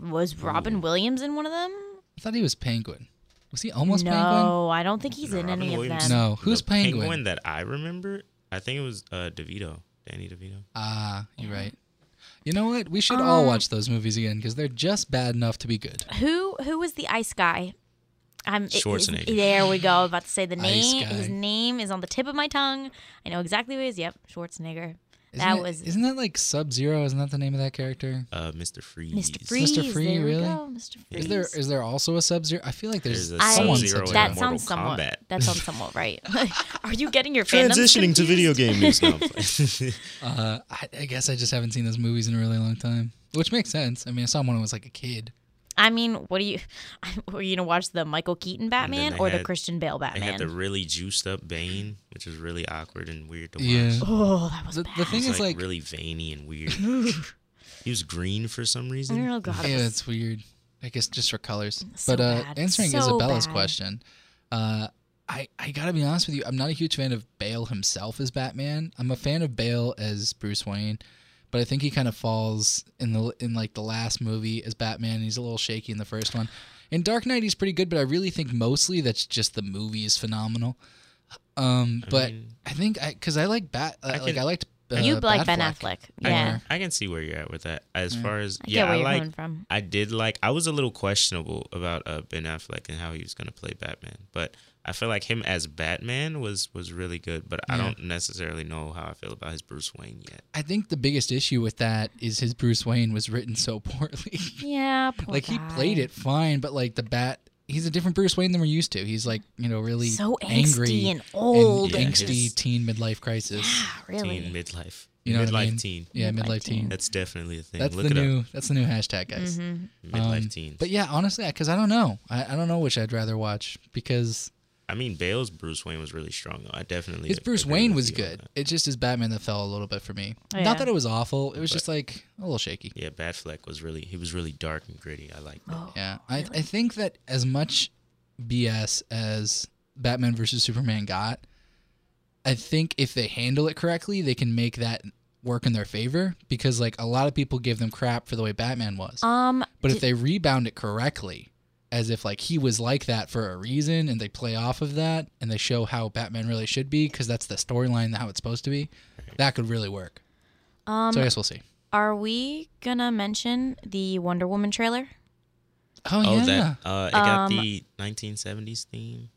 [SPEAKER 2] Was Robin Williams in one of them?
[SPEAKER 1] I thought he was Penguin. Was he almost
[SPEAKER 2] no,
[SPEAKER 1] Penguin?
[SPEAKER 2] I don't think he's in
[SPEAKER 3] Robin
[SPEAKER 2] any
[SPEAKER 3] Williams.
[SPEAKER 2] of them.
[SPEAKER 1] No. Who's
[SPEAKER 3] the
[SPEAKER 1] Penguin?
[SPEAKER 3] that I remember, I think it was uh, DeVito, Danny DeVito.
[SPEAKER 1] Ah, you're
[SPEAKER 2] Uh-huh.
[SPEAKER 1] right. You know what? We should
[SPEAKER 2] Um,
[SPEAKER 1] all watch those movies again because they're just bad enough to be good.
[SPEAKER 2] Who who was the ice guy? I'm it- it's-
[SPEAKER 3] Schwarzenegger.
[SPEAKER 2] there we go. About to say the
[SPEAKER 1] Ice
[SPEAKER 2] name. His
[SPEAKER 1] guy.
[SPEAKER 2] name is on the tip of my tongue. I know exactly who he is. Yep, Schwarzenegger.
[SPEAKER 1] Isn't
[SPEAKER 2] that
[SPEAKER 1] it-
[SPEAKER 2] was
[SPEAKER 1] Isn't that like Sub Zero? Isn't that the name of that character?
[SPEAKER 3] Uh, Mr. Freeze.
[SPEAKER 2] Mr. Freeze.
[SPEAKER 1] Freeze,
[SPEAKER 2] there we
[SPEAKER 1] really?
[SPEAKER 2] go, Mr. Freeze.
[SPEAKER 1] Is there is there also a Sub Zero? I feel like there's,
[SPEAKER 3] There's a
[SPEAKER 1] someone
[SPEAKER 3] Sub-Zero
[SPEAKER 1] Sub
[SPEAKER 3] in
[SPEAKER 2] that
[SPEAKER 1] Zero.
[SPEAKER 3] Mortal
[SPEAKER 2] sounds somewhat.
[SPEAKER 3] Kombat.
[SPEAKER 2] That sounds somewhat right. <laughs> Are you getting your fandoms
[SPEAKER 3] <laughs> Transitioning to
[SPEAKER 2] confused?
[SPEAKER 3] video game news. No, I'm <laughs> playing.
[SPEAKER 1] Uh, I, I guess I just haven't seen those movies in a really long time, which makes sense. I mean, I saw them when I was like a kid.
[SPEAKER 2] I mean, what do you? <laughs> Were you gonna watch the Michael Keaton Batman
[SPEAKER 3] they
[SPEAKER 2] or the
[SPEAKER 3] had-
[SPEAKER 2] Christian Bale
[SPEAKER 3] they had
[SPEAKER 2] Batman?
[SPEAKER 3] the really juiced up Bane, which was really awkward and weird to watch.
[SPEAKER 1] Yeah.
[SPEAKER 3] He
[SPEAKER 2] oh, that was
[SPEAKER 1] The,
[SPEAKER 2] bad.
[SPEAKER 1] the thing
[SPEAKER 3] was
[SPEAKER 1] is
[SPEAKER 3] like,
[SPEAKER 1] like,
[SPEAKER 3] really veiny
[SPEAKER 2] <laughs>
[SPEAKER 3] and weird. he was green for some reason.
[SPEAKER 2] oh god, it
[SPEAKER 1] yeah,
[SPEAKER 2] was-
[SPEAKER 1] it's weird. I guess just for colors.
[SPEAKER 2] So
[SPEAKER 1] but uh,
[SPEAKER 2] bad.
[SPEAKER 1] answering
[SPEAKER 2] So
[SPEAKER 1] Isabella's
[SPEAKER 2] bad.
[SPEAKER 1] question, uh, I I gotta be honest with you. I'm not a huge fan of Bale himself as Batman. I'm a fan of Bale as Bruce Wayne, but I think he kind of falls in the in like the last movie as Batman. He's a little shaky in the first one. In Dark Knight, he's pretty good, but I really think mostly that's just the movie is phenomenal. Um, but
[SPEAKER 3] mean-
[SPEAKER 1] I think I because I like Bat uh, like
[SPEAKER 3] can-
[SPEAKER 1] I liked uh,
[SPEAKER 2] you like Ben
[SPEAKER 1] Batfleck.
[SPEAKER 2] Affleck?
[SPEAKER 3] I can-
[SPEAKER 2] Yeah,
[SPEAKER 3] I, can see where you're at with that. As far as
[SPEAKER 2] I get
[SPEAKER 3] yeah,
[SPEAKER 2] where
[SPEAKER 3] I
[SPEAKER 2] you're
[SPEAKER 3] like.
[SPEAKER 2] coming from.
[SPEAKER 3] I did like. I was a little questionable about uh, Ben Affleck and how he was going to play Batman, but I feel like him as Batman was was really good. But I
[SPEAKER 1] Yeah.
[SPEAKER 3] don't necessarily know how I feel about his Bruce Wayne yet.
[SPEAKER 1] I think the biggest issue with that is his Bruce Wayne was written so poorly. <laughs>
[SPEAKER 2] Yeah, poor
[SPEAKER 1] like he
[SPEAKER 2] guy.
[SPEAKER 1] played it fine, but like the bat, he's a different Bruce Wayne than we're used to. He's like you know really
[SPEAKER 2] so
[SPEAKER 1] angry
[SPEAKER 2] angsty and old, and
[SPEAKER 1] angsty
[SPEAKER 2] just-
[SPEAKER 1] teen midlife crisis.
[SPEAKER 2] Yeah, really.
[SPEAKER 3] Teen midlife,
[SPEAKER 1] You know
[SPEAKER 3] midlife
[SPEAKER 1] what I mean?
[SPEAKER 3] teen.
[SPEAKER 1] Yeah,
[SPEAKER 2] Midlife
[SPEAKER 1] midlife,
[SPEAKER 2] teen. Mm-hmm.
[SPEAKER 1] teen.
[SPEAKER 3] That's definitely a thing.
[SPEAKER 1] That's
[SPEAKER 3] Look
[SPEAKER 1] the
[SPEAKER 3] it
[SPEAKER 1] new.
[SPEAKER 3] up.
[SPEAKER 1] That's the new hashtag, guys.
[SPEAKER 3] Midlife
[SPEAKER 1] Um,
[SPEAKER 3] teens.
[SPEAKER 1] But yeah, honestly, because I don't know. I, I don't know which I'd rather watch because
[SPEAKER 3] I mean, Bale's Bruce Wayne was really strong though. I definitely.
[SPEAKER 1] his Bruce
[SPEAKER 3] agree
[SPEAKER 1] Wayne
[SPEAKER 3] with
[SPEAKER 1] was
[SPEAKER 3] you on
[SPEAKER 1] good.
[SPEAKER 3] that.
[SPEAKER 1] It's just his Batman that fell a little bit for me.
[SPEAKER 2] Yeah.
[SPEAKER 1] Not that it was awful. It was just like a little shaky.
[SPEAKER 3] Yeah, Batfleck was really. He was really dark and gritty. I like that.
[SPEAKER 1] Yeah, I, I think that as much BS as Batman versus Superman got, I think if they handle it correctly, they can make that work in their favor because like a lot of people give them crap for the way Batman was.
[SPEAKER 2] Um,
[SPEAKER 1] but if
[SPEAKER 2] did-
[SPEAKER 1] they rebound it correctly, as if like he was like that for a reason and they play off of that and they show how Batman really should be because that's the storyline how it's supposed to be, that could really work.
[SPEAKER 2] um,
[SPEAKER 1] so I guess we'll see.
[SPEAKER 2] are we gonna mention the Wonder Woman trailer?
[SPEAKER 1] Oh,
[SPEAKER 3] Oh,
[SPEAKER 1] yeah.
[SPEAKER 3] that uh, it got
[SPEAKER 2] Um,
[SPEAKER 3] the 1970s theme.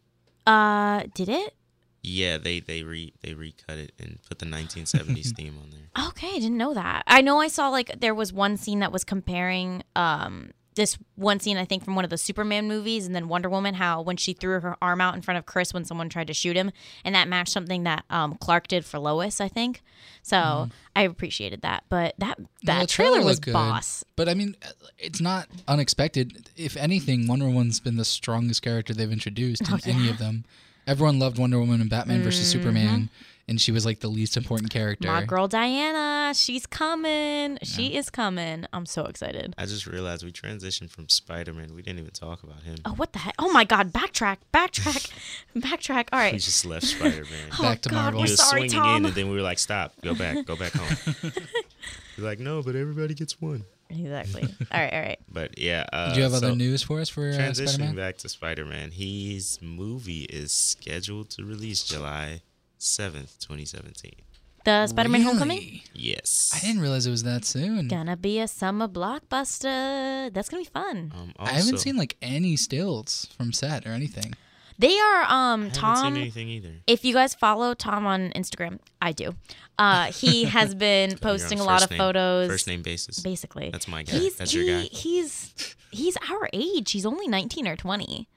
[SPEAKER 2] Uh, did it?
[SPEAKER 3] Yeah, they they re they recut it and put the
[SPEAKER 1] <laughs>
[SPEAKER 3] 1970s theme on there.
[SPEAKER 2] Okay, I didn't know that. I know I saw like there was one scene that was comparing um this one scene I think from one of the Superman movies and then Wonder Woman how when she threw her arm out in front of Chris when someone tried to shoot him and that matched something that um Clark did for Lois, I think. So, I appreciated that, but that
[SPEAKER 1] No,
[SPEAKER 2] that
[SPEAKER 1] Mm-hmm. the
[SPEAKER 2] trailer, was
[SPEAKER 1] looked good,
[SPEAKER 2] boss.
[SPEAKER 1] But I mean, it's not unexpected. If anything, Wonder Woman's been the
[SPEAKER 2] Oh,
[SPEAKER 1] strongest character they've introduced in any of them. Everyone loved Wonder Woman and Batman versus Superman. and she was like the least important character.
[SPEAKER 2] Mm-hmm. My girl Diana, she's coming. She is coming. I'm so excited.
[SPEAKER 3] I just realized we transitioned from Spider Man. We didn't even talk about him.
[SPEAKER 2] Oh, what the heck? Oh my God! Backtrack, backtrack, <laughs> backtrack. All
[SPEAKER 3] We
[SPEAKER 2] right.
[SPEAKER 3] just left Spider Man.
[SPEAKER 2] <laughs> Oh
[SPEAKER 1] Back to
[SPEAKER 2] God,
[SPEAKER 1] Marvel.
[SPEAKER 2] we're
[SPEAKER 3] he was
[SPEAKER 2] sorry,
[SPEAKER 3] swinging
[SPEAKER 2] Tom.
[SPEAKER 3] in, and then we were like, "Stop, go back, go back home."
[SPEAKER 2] <laughs>
[SPEAKER 3] He's like, "No, but everybody gets one." <laughs>
[SPEAKER 2] Exactly. All right, all right.
[SPEAKER 3] But yeah, uh,
[SPEAKER 1] Do you have
[SPEAKER 3] so
[SPEAKER 1] other news for us for uh,
[SPEAKER 3] Transitioning
[SPEAKER 1] Spider-Man?
[SPEAKER 3] back to Spider Man, his movie is scheduled to release July seventh, twenty seventeen.
[SPEAKER 2] The Spider-Man Homecoming
[SPEAKER 1] Really?
[SPEAKER 3] Yes,
[SPEAKER 1] I didn't realize it was that soon.
[SPEAKER 2] gonna be a summer blockbuster. That's gonna be fun.
[SPEAKER 3] Um,
[SPEAKER 1] I haven't
[SPEAKER 3] also,
[SPEAKER 1] seen like any stills from set or anything.
[SPEAKER 2] They are um
[SPEAKER 3] I haven't seen
[SPEAKER 2] Tom.
[SPEAKER 3] anything either.
[SPEAKER 2] If you guys follow Tom on Instagram, I do. Uh,
[SPEAKER 3] <laughs>
[SPEAKER 2] he has been
[SPEAKER 3] You're on
[SPEAKER 2] posting a lot
[SPEAKER 3] first
[SPEAKER 2] of
[SPEAKER 3] name-
[SPEAKER 2] photos.
[SPEAKER 3] First name basis.
[SPEAKER 2] Basically,
[SPEAKER 3] That's my guy.
[SPEAKER 2] he's
[SPEAKER 3] That's
[SPEAKER 2] he,
[SPEAKER 3] your guy.
[SPEAKER 2] he's he's our age. He's only nineteen or twenty.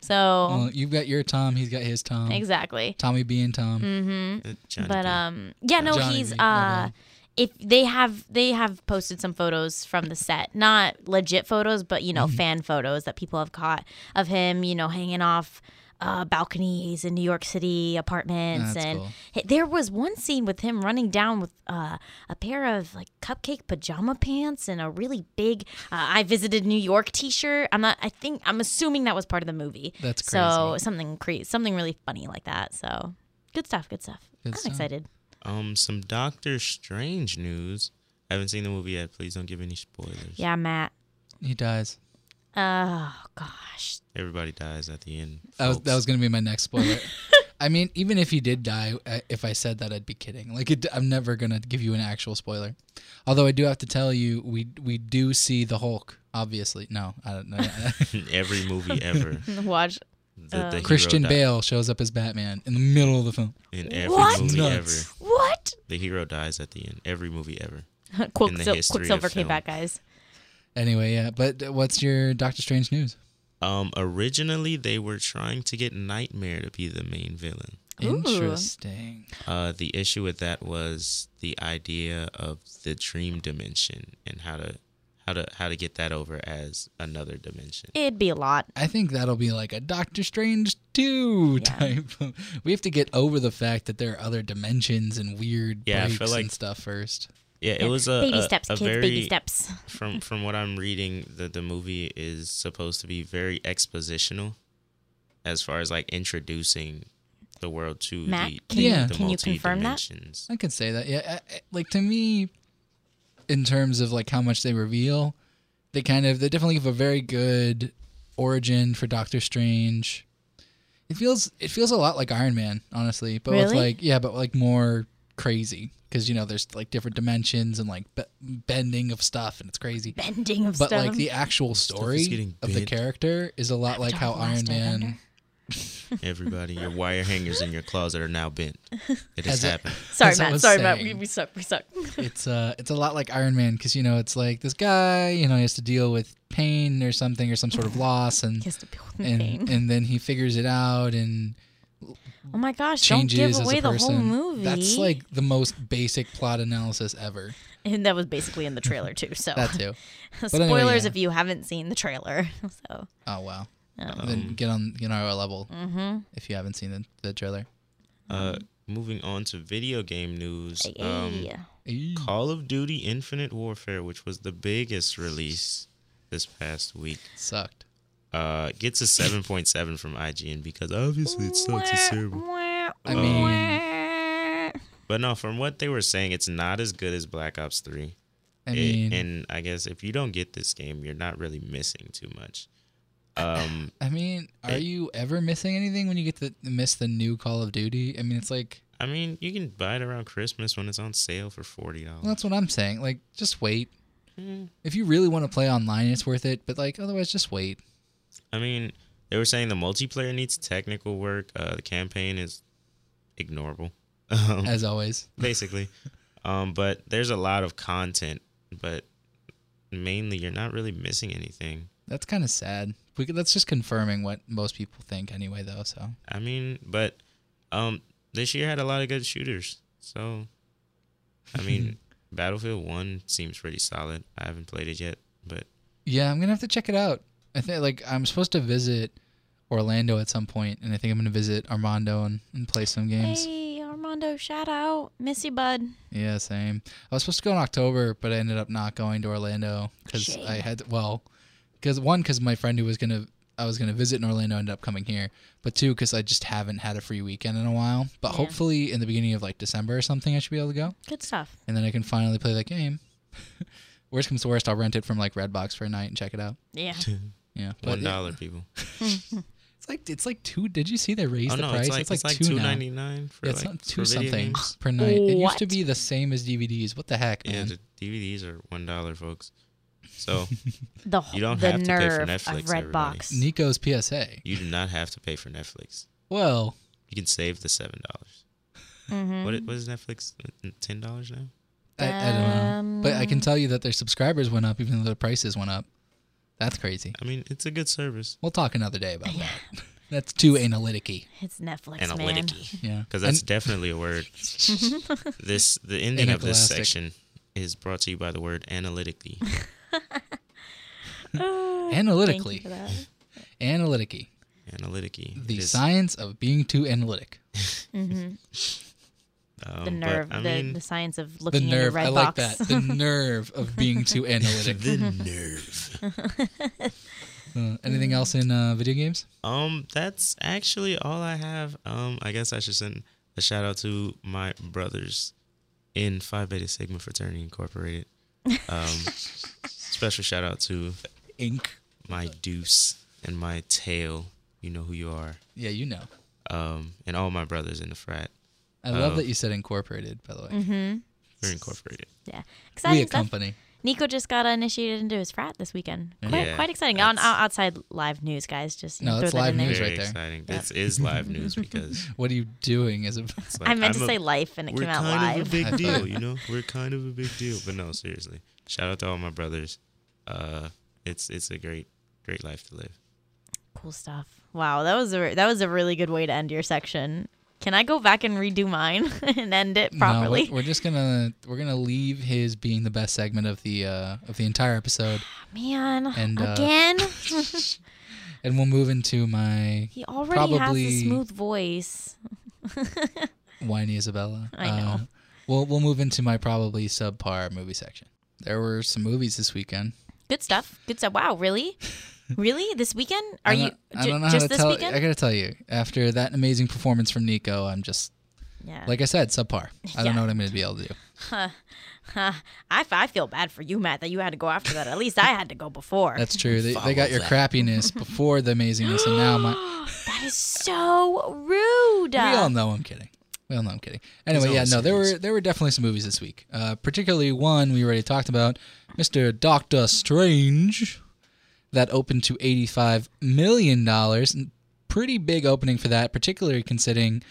[SPEAKER 2] So
[SPEAKER 1] Well, you've got your Tom, he's got his Tom.
[SPEAKER 2] exactly. Mm-hmm.
[SPEAKER 1] Tommy B and Tom.
[SPEAKER 2] Mm.
[SPEAKER 3] Uh, Johnny
[SPEAKER 2] But
[SPEAKER 3] Depp.
[SPEAKER 2] um, yeah, no,
[SPEAKER 1] Johnny
[SPEAKER 2] he's
[SPEAKER 1] B, my
[SPEAKER 2] uh,
[SPEAKER 1] bad.
[SPEAKER 2] if they have they have posted some photos from the set, not legit photos, but you
[SPEAKER 1] Mm-hmm.
[SPEAKER 2] know, fan photos that people have caught of him, you know, hanging off uh, balconies in New York City apartments,
[SPEAKER 1] That's
[SPEAKER 2] and
[SPEAKER 1] cool.
[SPEAKER 2] hi- there was one scene with him running down with uh, a pair of like cupcake pajama pants and a really big uh, "I visited New York" T-shirt. I'm not, I think, I'm assuming that was part of the movie.
[SPEAKER 1] That's
[SPEAKER 2] so
[SPEAKER 1] crazy.
[SPEAKER 2] something crazy, something really funny like that. So good stuff, good stuff.
[SPEAKER 1] Good
[SPEAKER 2] I'm
[SPEAKER 1] stuff.
[SPEAKER 2] excited.
[SPEAKER 3] Um, some Doctor Strange news. I haven't seen the movie yet. Please don't give any spoilers.
[SPEAKER 2] Yeah, Matt.
[SPEAKER 1] He dies.
[SPEAKER 2] Oh gosh.
[SPEAKER 3] Everybody dies at the end.
[SPEAKER 1] That was
[SPEAKER 3] folks.
[SPEAKER 1] that was gonna be my next
[SPEAKER 3] <laughs>
[SPEAKER 1] spoiler. I mean, even if he did die, I- if I said that, I'd be kidding. Like, it, I'm never gonna give you an actual spoiler. Although I do have to tell you, we we do see the Hulk. Obviously, no, I don't
[SPEAKER 3] <laughs>
[SPEAKER 1] know.
[SPEAKER 3] every
[SPEAKER 1] <laughs>
[SPEAKER 3] movie ever.
[SPEAKER 2] Watch.
[SPEAKER 3] The, the
[SPEAKER 1] Christian
[SPEAKER 3] hero died
[SPEAKER 1] Bale shows up as Batman in the middle of the film.
[SPEAKER 3] in every
[SPEAKER 2] What?
[SPEAKER 3] movie
[SPEAKER 1] Nuts.
[SPEAKER 3] ever.
[SPEAKER 2] <laughs> What?
[SPEAKER 3] The hero dies at the end. Every movie ever.
[SPEAKER 2] Quilk-
[SPEAKER 3] history of
[SPEAKER 2] Quicksilver came
[SPEAKER 3] film.
[SPEAKER 2] back, guys.
[SPEAKER 1] Anyway, yeah. But uh, what's your Doctor Strange news?
[SPEAKER 3] Um, originally they were trying to get Nightmare to be the main villain.
[SPEAKER 2] Ooh.
[SPEAKER 1] Interesting.
[SPEAKER 3] Uh, the issue with that was the idea of the dream dimension and how to how to how to get that over as another dimension.
[SPEAKER 2] It'd be a lot.
[SPEAKER 1] I think that'll be like a Doctor Strange 2 type. Of, we have to get over the fact that there are other dimensions and weird
[SPEAKER 3] Yeah, I
[SPEAKER 1] breaks
[SPEAKER 3] feel like-
[SPEAKER 1] and stuff first.
[SPEAKER 3] Yeah, it was a
[SPEAKER 2] baby
[SPEAKER 3] a-
[SPEAKER 2] steps,
[SPEAKER 3] a
[SPEAKER 2] kids.
[SPEAKER 3] very
[SPEAKER 2] baby <laughs> steps.
[SPEAKER 3] from from what I'm reading, the the movie is supposed to be very expositional, as far as like introducing the world to
[SPEAKER 2] Matt,
[SPEAKER 3] the
[SPEAKER 2] can
[SPEAKER 1] you-
[SPEAKER 3] the
[SPEAKER 2] can you confirm that?
[SPEAKER 3] multi-dimensions.
[SPEAKER 1] I could say that. Yeah, I, I- like to me, in terms of like how much they reveal, they kind of they definitely give a very good origin for Doctor Strange. It feels it feels a lot like Iron Man, honestly, but with
[SPEAKER 2] Really?
[SPEAKER 1] like yeah, but like more crazy because you know there's like different dimensions and like be- bending of stuff and it's crazy.
[SPEAKER 2] Bending of
[SPEAKER 1] But
[SPEAKER 2] stuff.
[SPEAKER 1] like the actual story
[SPEAKER 3] getting
[SPEAKER 1] of the
[SPEAKER 3] bent.
[SPEAKER 1] character is a lot like how
[SPEAKER 2] Avatar: The
[SPEAKER 1] Iron
[SPEAKER 2] Last
[SPEAKER 1] Man.
[SPEAKER 2] Airbender.
[SPEAKER 3] Everybody, your wire hangers in your closet are now bent. It
[SPEAKER 1] As
[SPEAKER 3] has
[SPEAKER 1] a-
[SPEAKER 3] happened.
[SPEAKER 2] sorry,
[SPEAKER 1] as I
[SPEAKER 2] Matt.
[SPEAKER 1] was
[SPEAKER 2] Sorry, Matt. We,
[SPEAKER 1] saying.
[SPEAKER 2] we suck.
[SPEAKER 1] <laughs>
[SPEAKER 2] We suck.
[SPEAKER 1] it's uh it's a lot like Iron Man because you know it's like this guy you know he has to deal with pain or something or some sort of
[SPEAKER 2] <laughs>
[SPEAKER 1] loss and
[SPEAKER 2] He has to build in
[SPEAKER 1] and
[SPEAKER 2] pain.
[SPEAKER 1] and then he figures it out and
[SPEAKER 2] oh my gosh! Don't
[SPEAKER 1] changes
[SPEAKER 2] give
[SPEAKER 1] as
[SPEAKER 2] away
[SPEAKER 1] a person.
[SPEAKER 2] the whole movie.
[SPEAKER 1] That's like the most basic plot analysis ever.
[SPEAKER 2] <laughs> and that was basically in the trailer too. So
[SPEAKER 1] That
[SPEAKER 2] <laughs>
[SPEAKER 1] too.
[SPEAKER 2] spoilers
[SPEAKER 1] anyway, yeah.
[SPEAKER 2] if you haven't seen the trailer. <laughs> So
[SPEAKER 1] Oh wow. then get on get on our level
[SPEAKER 2] Mm-hmm.
[SPEAKER 1] if you haven't seen the, the trailer.
[SPEAKER 3] Uh, moving on to video game news. Um,
[SPEAKER 2] yeah.
[SPEAKER 1] Eee.
[SPEAKER 3] Call of Duty Infinite Warfare, which was the biggest release this past week,
[SPEAKER 1] Sucked.
[SPEAKER 3] uh, gets a 7.7 from IGN because obviously it sucks. It's terrible.
[SPEAKER 1] I mean,
[SPEAKER 3] But no, from what they were saying, it's not as good as Black Ops 3.
[SPEAKER 1] I
[SPEAKER 3] It-
[SPEAKER 1] mean,
[SPEAKER 3] and I guess if you don't get this game, you're not really missing too much. Um,
[SPEAKER 1] I mean, are you ever missing anything when you get to miss the new Call of Duty? I mean, it's like
[SPEAKER 3] I mean, you can buy it around Christmas when it's on sale for forty
[SPEAKER 1] Well,
[SPEAKER 3] dollars. Hmm.
[SPEAKER 1] that's what I'm saying. Like, just wait. If you really want to play online, it's worth it. But like, otherwise, just wait.
[SPEAKER 3] I mean, they were saying the multiplayer needs technical work. Uh, the campaign is ignorable, <laughs>
[SPEAKER 1] <laughs>
[SPEAKER 3] um,
[SPEAKER 1] As always,
[SPEAKER 3] basically. Um, but there's a lot of content, but mainly you're not really missing anything.
[SPEAKER 1] that's kind of sad. We could, that's just confirming what most people think anyway, though. So
[SPEAKER 3] I mean, but um, this year had a lot of good shooters. So,
[SPEAKER 1] <laughs>
[SPEAKER 3] I mean, Battlefield One seems pretty solid. I haven't played it yet, but
[SPEAKER 1] <laughs> yeah, I'm gonna have to check it out. I think like I'm supposed to visit Orlando at some point, and I think I'm gonna visit Armando and, and play some games.
[SPEAKER 2] Hey, Armando. Armando, shout out. Miss you, bud.
[SPEAKER 1] Yeah, same. I was supposed to go in October, but I ended up not going to Orlando because
[SPEAKER 2] Shame.
[SPEAKER 1] I had well, because one, because my friend who was gonna I was gonna visit in Orlando ended up coming here, but two, because I just haven't had a free weekend in a while. But
[SPEAKER 2] Yeah.
[SPEAKER 1] hopefully in the beginning of like December or something, I should be able to go,
[SPEAKER 2] Good stuff.
[SPEAKER 1] and then I can finally play that game. <laughs> worst comes to worst, I'll rent it from like Redbox for a night and check it out.
[SPEAKER 2] Yeah.
[SPEAKER 1] Yeah, but
[SPEAKER 3] One dollar, people.
[SPEAKER 1] it's like it's like two. Did you see they raised
[SPEAKER 3] Oh
[SPEAKER 1] the
[SPEAKER 3] no,
[SPEAKER 1] price?
[SPEAKER 3] it's like it's like
[SPEAKER 1] two
[SPEAKER 3] two
[SPEAKER 1] now.
[SPEAKER 3] ninety nine for
[SPEAKER 1] Yeah, it's
[SPEAKER 3] like
[SPEAKER 1] not two
[SPEAKER 3] for video
[SPEAKER 1] something
[SPEAKER 3] games.
[SPEAKER 1] per night. It used to
[SPEAKER 2] What?
[SPEAKER 1] be the same as DVDs. What the heck,
[SPEAKER 3] Yeah,
[SPEAKER 1] man?
[SPEAKER 3] the DVDs are one dollar, folks.
[SPEAKER 1] <laughs>
[SPEAKER 3] So
[SPEAKER 2] The
[SPEAKER 3] You don't
[SPEAKER 2] the
[SPEAKER 3] have to pay for
[SPEAKER 2] nerve
[SPEAKER 3] Netflix,
[SPEAKER 2] of Redbox.
[SPEAKER 3] everybody.
[SPEAKER 1] Nico's PSA.
[SPEAKER 3] you do not have to pay for Netflix.
[SPEAKER 1] Well,
[SPEAKER 3] You can save the seven dollars.
[SPEAKER 2] Mhm.
[SPEAKER 3] What i- what is Netflix? Ten dollars now?
[SPEAKER 1] I, I don't know, but
[SPEAKER 2] Um,
[SPEAKER 1] I can tell you that their subscribers went up, even though their prices went up. That's crazy.
[SPEAKER 3] I mean, it's a good service.
[SPEAKER 1] We'll talk another day about that. <laughs> That's too analytic-y.
[SPEAKER 2] It's Netflix, man.
[SPEAKER 3] Analyticy.
[SPEAKER 1] Yeah,
[SPEAKER 3] Because that's
[SPEAKER 1] And-
[SPEAKER 3] definitely a word. this the ending of this
[SPEAKER 1] Inelastic.
[SPEAKER 3] section is brought to you by the word analytically.
[SPEAKER 2] Thank you
[SPEAKER 1] analytically,
[SPEAKER 2] for that.
[SPEAKER 1] analytic-y.
[SPEAKER 3] analytically.
[SPEAKER 1] The
[SPEAKER 3] It is,
[SPEAKER 1] science of being too analytic.
[SPEAKER 3] um,
[SPEAKER 2] Mm-hmm. The
[SPEAKER 3] but,
[SPEAKER 2] nerve,
[SPEAKER 3] I
[SPEAKER 2] the,
[SPEAKER 3] mean,
[SPEAKER 2] the science of
[SPEAKER 1] The
[SPEAKER 2] looking in
[SPEAKER 1] nerve.
[SPEAKER 2] the red
[SPEAKER 1] I like
[SPEAKER 2] box.
[SPEAKER 1] that. The nerve of being too analytic.
[SPEAKER 3] the nerve.
[SPEAKER 1] Uh, anything else in uh, video games?
[SPEAKER 3] Um, that's actually all I have. Um, I guess I should send a shout out to my brothers in Phi Beta Sigma Fraternity Incorporated. Um, special shout out to
[SPEAKER 1] Inc.
[SPEAKER 3] my deuce and my tail. You know who you are.
[SPEAKER 1] Yeah, you know.
[SPEAKER 3] Um, and all my brothers in the frat.
[SPEAKER 1] I love
[SPEAKER 3] Oh.
[SPEAKER 1] that you said incorporated. By the way,
[SPEAKER 3] We're incorporated.
[SPEAKER 2] <laughs> Yeah.
[SPEAKER 1] we
[SPEAKER 2] Exciting
[SPEAKER 1] a
[SPEAKER 2] Mm-hmm. stuff.
[SPEAKER 1] company.
[SPEAKER 2] Nico just got initiated into his frat this weekend. Quite,
[SPEAKER 3] Yeah,
[SPEAKER 2] quite exciting. On,
[SPEAKER 3] that's-
[SPEAKER 2] out- outside live news, guys. Just
[SPEAKER 1] No,
[SPEAKER 2] throw
[SPEAKER 1] that's
[SPEAKER 2] that
[SPEAKER 1] live
[SPEAKER 2] in there.
[SPEAKER 1] news. It's
[SPEAKER 3] Very
[SPEAKER 1] right there.
[SPEAKER 3] exciting. This is live
[SPEAKER 1] <laughs>
[SPEAKER 3] news because
[SPEAKER 1] What are you doing? As a
[SPEAKER 3] it's
[SPEAKER 2] I meant
[SPEAKER 3] I'm
[SPEAKER 2] to
[SPEAKER 3] a-
[SPEAKER 2] say life, and it
[SPEAKER 3] we're
[SPEAKER 2] came out
[SPEAKER 3] kind of a
[SPEAKER 2] live.
[SPEAKER 3] big
[SPEAKER 1] High
[SPEAKER 3] deal,
[SPEAKER 1] <laughs> five.
[SPEAKER 3] you know. We're kind of a big deal, but no, seriously. Shout out to all my brothers. Uh, it's it's a great great life to live.
[SPEAKER 2] cool stuff. Wow, that was a re- that was a really good way to end your section. Can I go back and redo mine <laughs> and end it properly?
[SPEAKER 1] No, we're, we're just gonna we're gonna leave his being the best segment of the uh, of the entire episode,
[SPEAKER 2] Man,
[SPEAKER 1] And, uh, <laughs>
[SPEAKER 2] again,
[SPEAKER 1] and we'll move into my
[SPEAKER 2] he already has
[SPEAKER 1] probably-
[SPEAKER 2] a smooth voice. <laughs>
[SPEAKER 1] whiny Isabella.
[SPEAKER 2] I know.
[SPEAKER 1] Uh, we'll we'll move into my probably subpar movie section. There were some movies this weekend.
[SPEAKER 2] Good stuff. Good stuff. Wow, really, really, this weekend? Are
[SPEAKER 1] I
[SPEAKER 2] you
[SPEAKER 1] don't- I
[SPEAKER 2] ju-
[SPEAKER 1] don't know
[SPEAKER 2] just
[SPEAKER 1] how to
[SPEAKER 2] this
[SPEAKER 1] tell.
[SPEAKER 2] weekend?
[SPEAKER 1] I gotta tell you, after that amazing performance from Nico, I'm just
[SPEAKER 2] yeah.
[SPEAKER 1] like I said, subpar. I
[SPEAKER 2] Yeah.
[SPEAKER 1] don't know what I'm gonna be able to do.
[SPEAKER 2] I, f- I feel bad for you, Matt, that you had to go after that. At least I had to go before.
[SPEAKER 1] That's true. They, they
[SPEAKER 3] Follow
[SPEAKER 1] got your
[SPEAKER 3] that.
[SPEAKER 1] crappiness before the amazingness, and now my.
[SPEAKER 2] <gasps> that is so rude.
[SPEAKER 1] We all know I'm kidding. We all know I'm kidding. Anyway,
[SPEAKER 3] all
[SPEAKER 1] yeah, no, there
[SPEAKER 3] serious.
[SPEAKER 1] were there were definitely some movies this week. Uh, particularly one we already talked about, Mister Doctor Strange, that opened to eighty five million dollars. Pretty big opening for that, particularly considering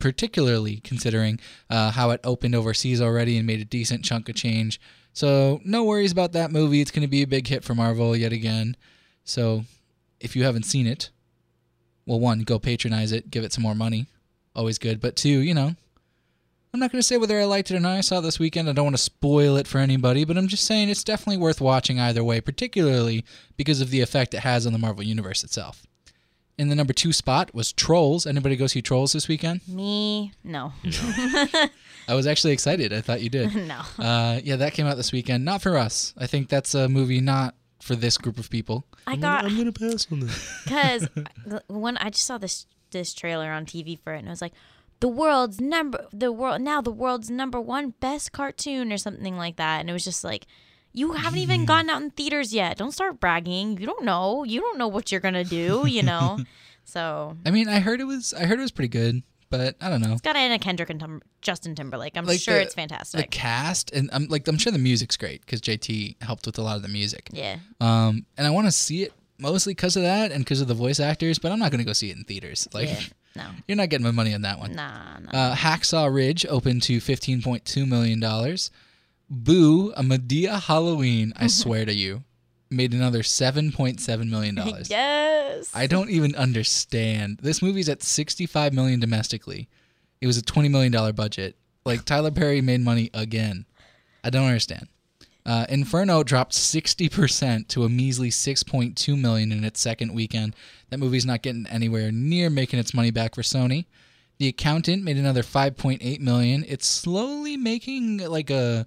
[SPEAKER 1] particularly considering uh, how it opened overseas already and made a decent chunk of change. So no worries about that movie. It's going to be a big hit for Marvel yet again. So if you haven't seen it, well, one, go patronize it, give it some more money. Always good. But two, you know, I'm not going to say whether I liked it or not. I saw it this weekend. I don't want to spoil it for anybody, but I'm just saying it's definitely worth watching either way, particularly because of the effect it has on the Marvel Universe itself. In the number two spot was Trolls. Anybody go see Trolls this weekend?
[SPEAKER 2] Me, no,
[SPEAKER 1] I was actually excited. I thought you did.
[SPEAKER 2] <laughs> no.
[SPEAKER 1] Uh, yeah, that came out this weekend. Not for us. I think that's a movie not for this group of people.
[SPEAKER 2] I got
[SPEAKER 3] I'm gonna pass on that.
[SPEAKER 2] because when I just saw this this trailer on TV for it, and I was like, the world's number, the world now the world's number one best cartoon or something like that, and it was just like. You
[SPEAKER 1] <laughs>
[SPEAKER 2] haven't even gotten out in theaters yet. Don't start bragging. You don't know. You don't know what you're gonna do.
[SPEAKER 1] <laughs>
[SPEAKER 2] You know, so
[SPEAKER 1] I mean, I heard it was. I heard it was pretty good, but I don't know.
[SPEAKER 2] it's got Anna Kendrick and Tim- Justin Timberlake. I'm
[SPEAKER 1] Like
[SPEAKER 2] sure
[SPEAKER 1] the-
[SPEAKER 2] it's fantastic.
[SPEAKER 1] The cast and I'm like I'm sure the music's great because JT helped with a lot of the music.
[SPEAKER 2] yeah,
[SPEAKER 1] Um, and I want to see it mostly because of that and because of the voice actors, but I'm not gonna go see it in theaters. Like,
[SPEAKER 2] yeah. No,
[SPEAKER 1] you're not getting my money on that one.
[SPEAKER 2] nah, nah.
[SPEAKER 1] Uh, Hacksaw Ridge opened to 15.2 million dollars. Boo, a Medea Halloween. I swear to you, made another 7.7 million dollars.
[SPEAKER 2] Yes.
[SPEAKER 1] I don't even understand. This movie's at 65 million domestically. It was a 20 million dollar budget. Like Tyler Perry made money again. I don't understand. Uh, Inferno dropped 60% to a measly 6.2 million in its second weekend. That movie's not getting anywhere near making its money back for Sony. The Accountant made another 5.8 million. It's slowly making like a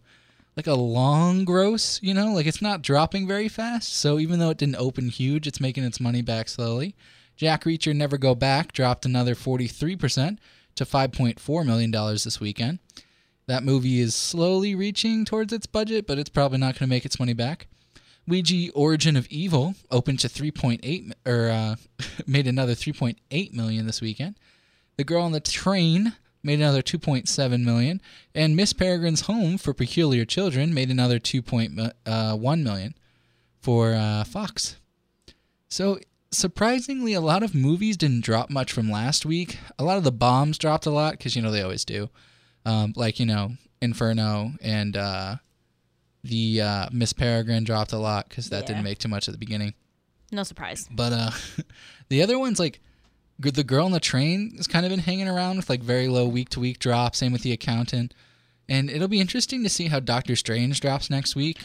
[SPEAKER 1] like a long gross, you know, like it's not dropping very fast. So even though it didn't open huge, it's making its money back slowly. Jack Reacher Never Go Back dropped another 43% to 5.4 million dollars this weekend. That movie is slowly reaching towards its budget, but it's probably not going to make its money back. Ouija Origin of Evil opened to 3.8 or uh, <laughs> made another 3.8 million this weekend. The Girl on the Train made another 2.7 million, and Miss Peregrine's Home for Peculiar Children made another 2.1 million for uh, Fox. So surprisingly, a lot of movies didn't drop much from last week. A lot of the bombs dropped a lot because you know they always do, um, like you know Inferno and uh, the uh, Miss Peregrine dropped a lot because that
[SPEAKER 2] Yeah.
[SPEAKER 1] didn't make too much at the beginning.
[SPEAKER 2] No surprise.
[SPEAKER 1] But uh, <laughs> the other ones like g- the girl on the train has kind of been hanging around with like very low week to week drop. Same with the accountant, and it'll be interesting to see how Doctor Strange drops next week.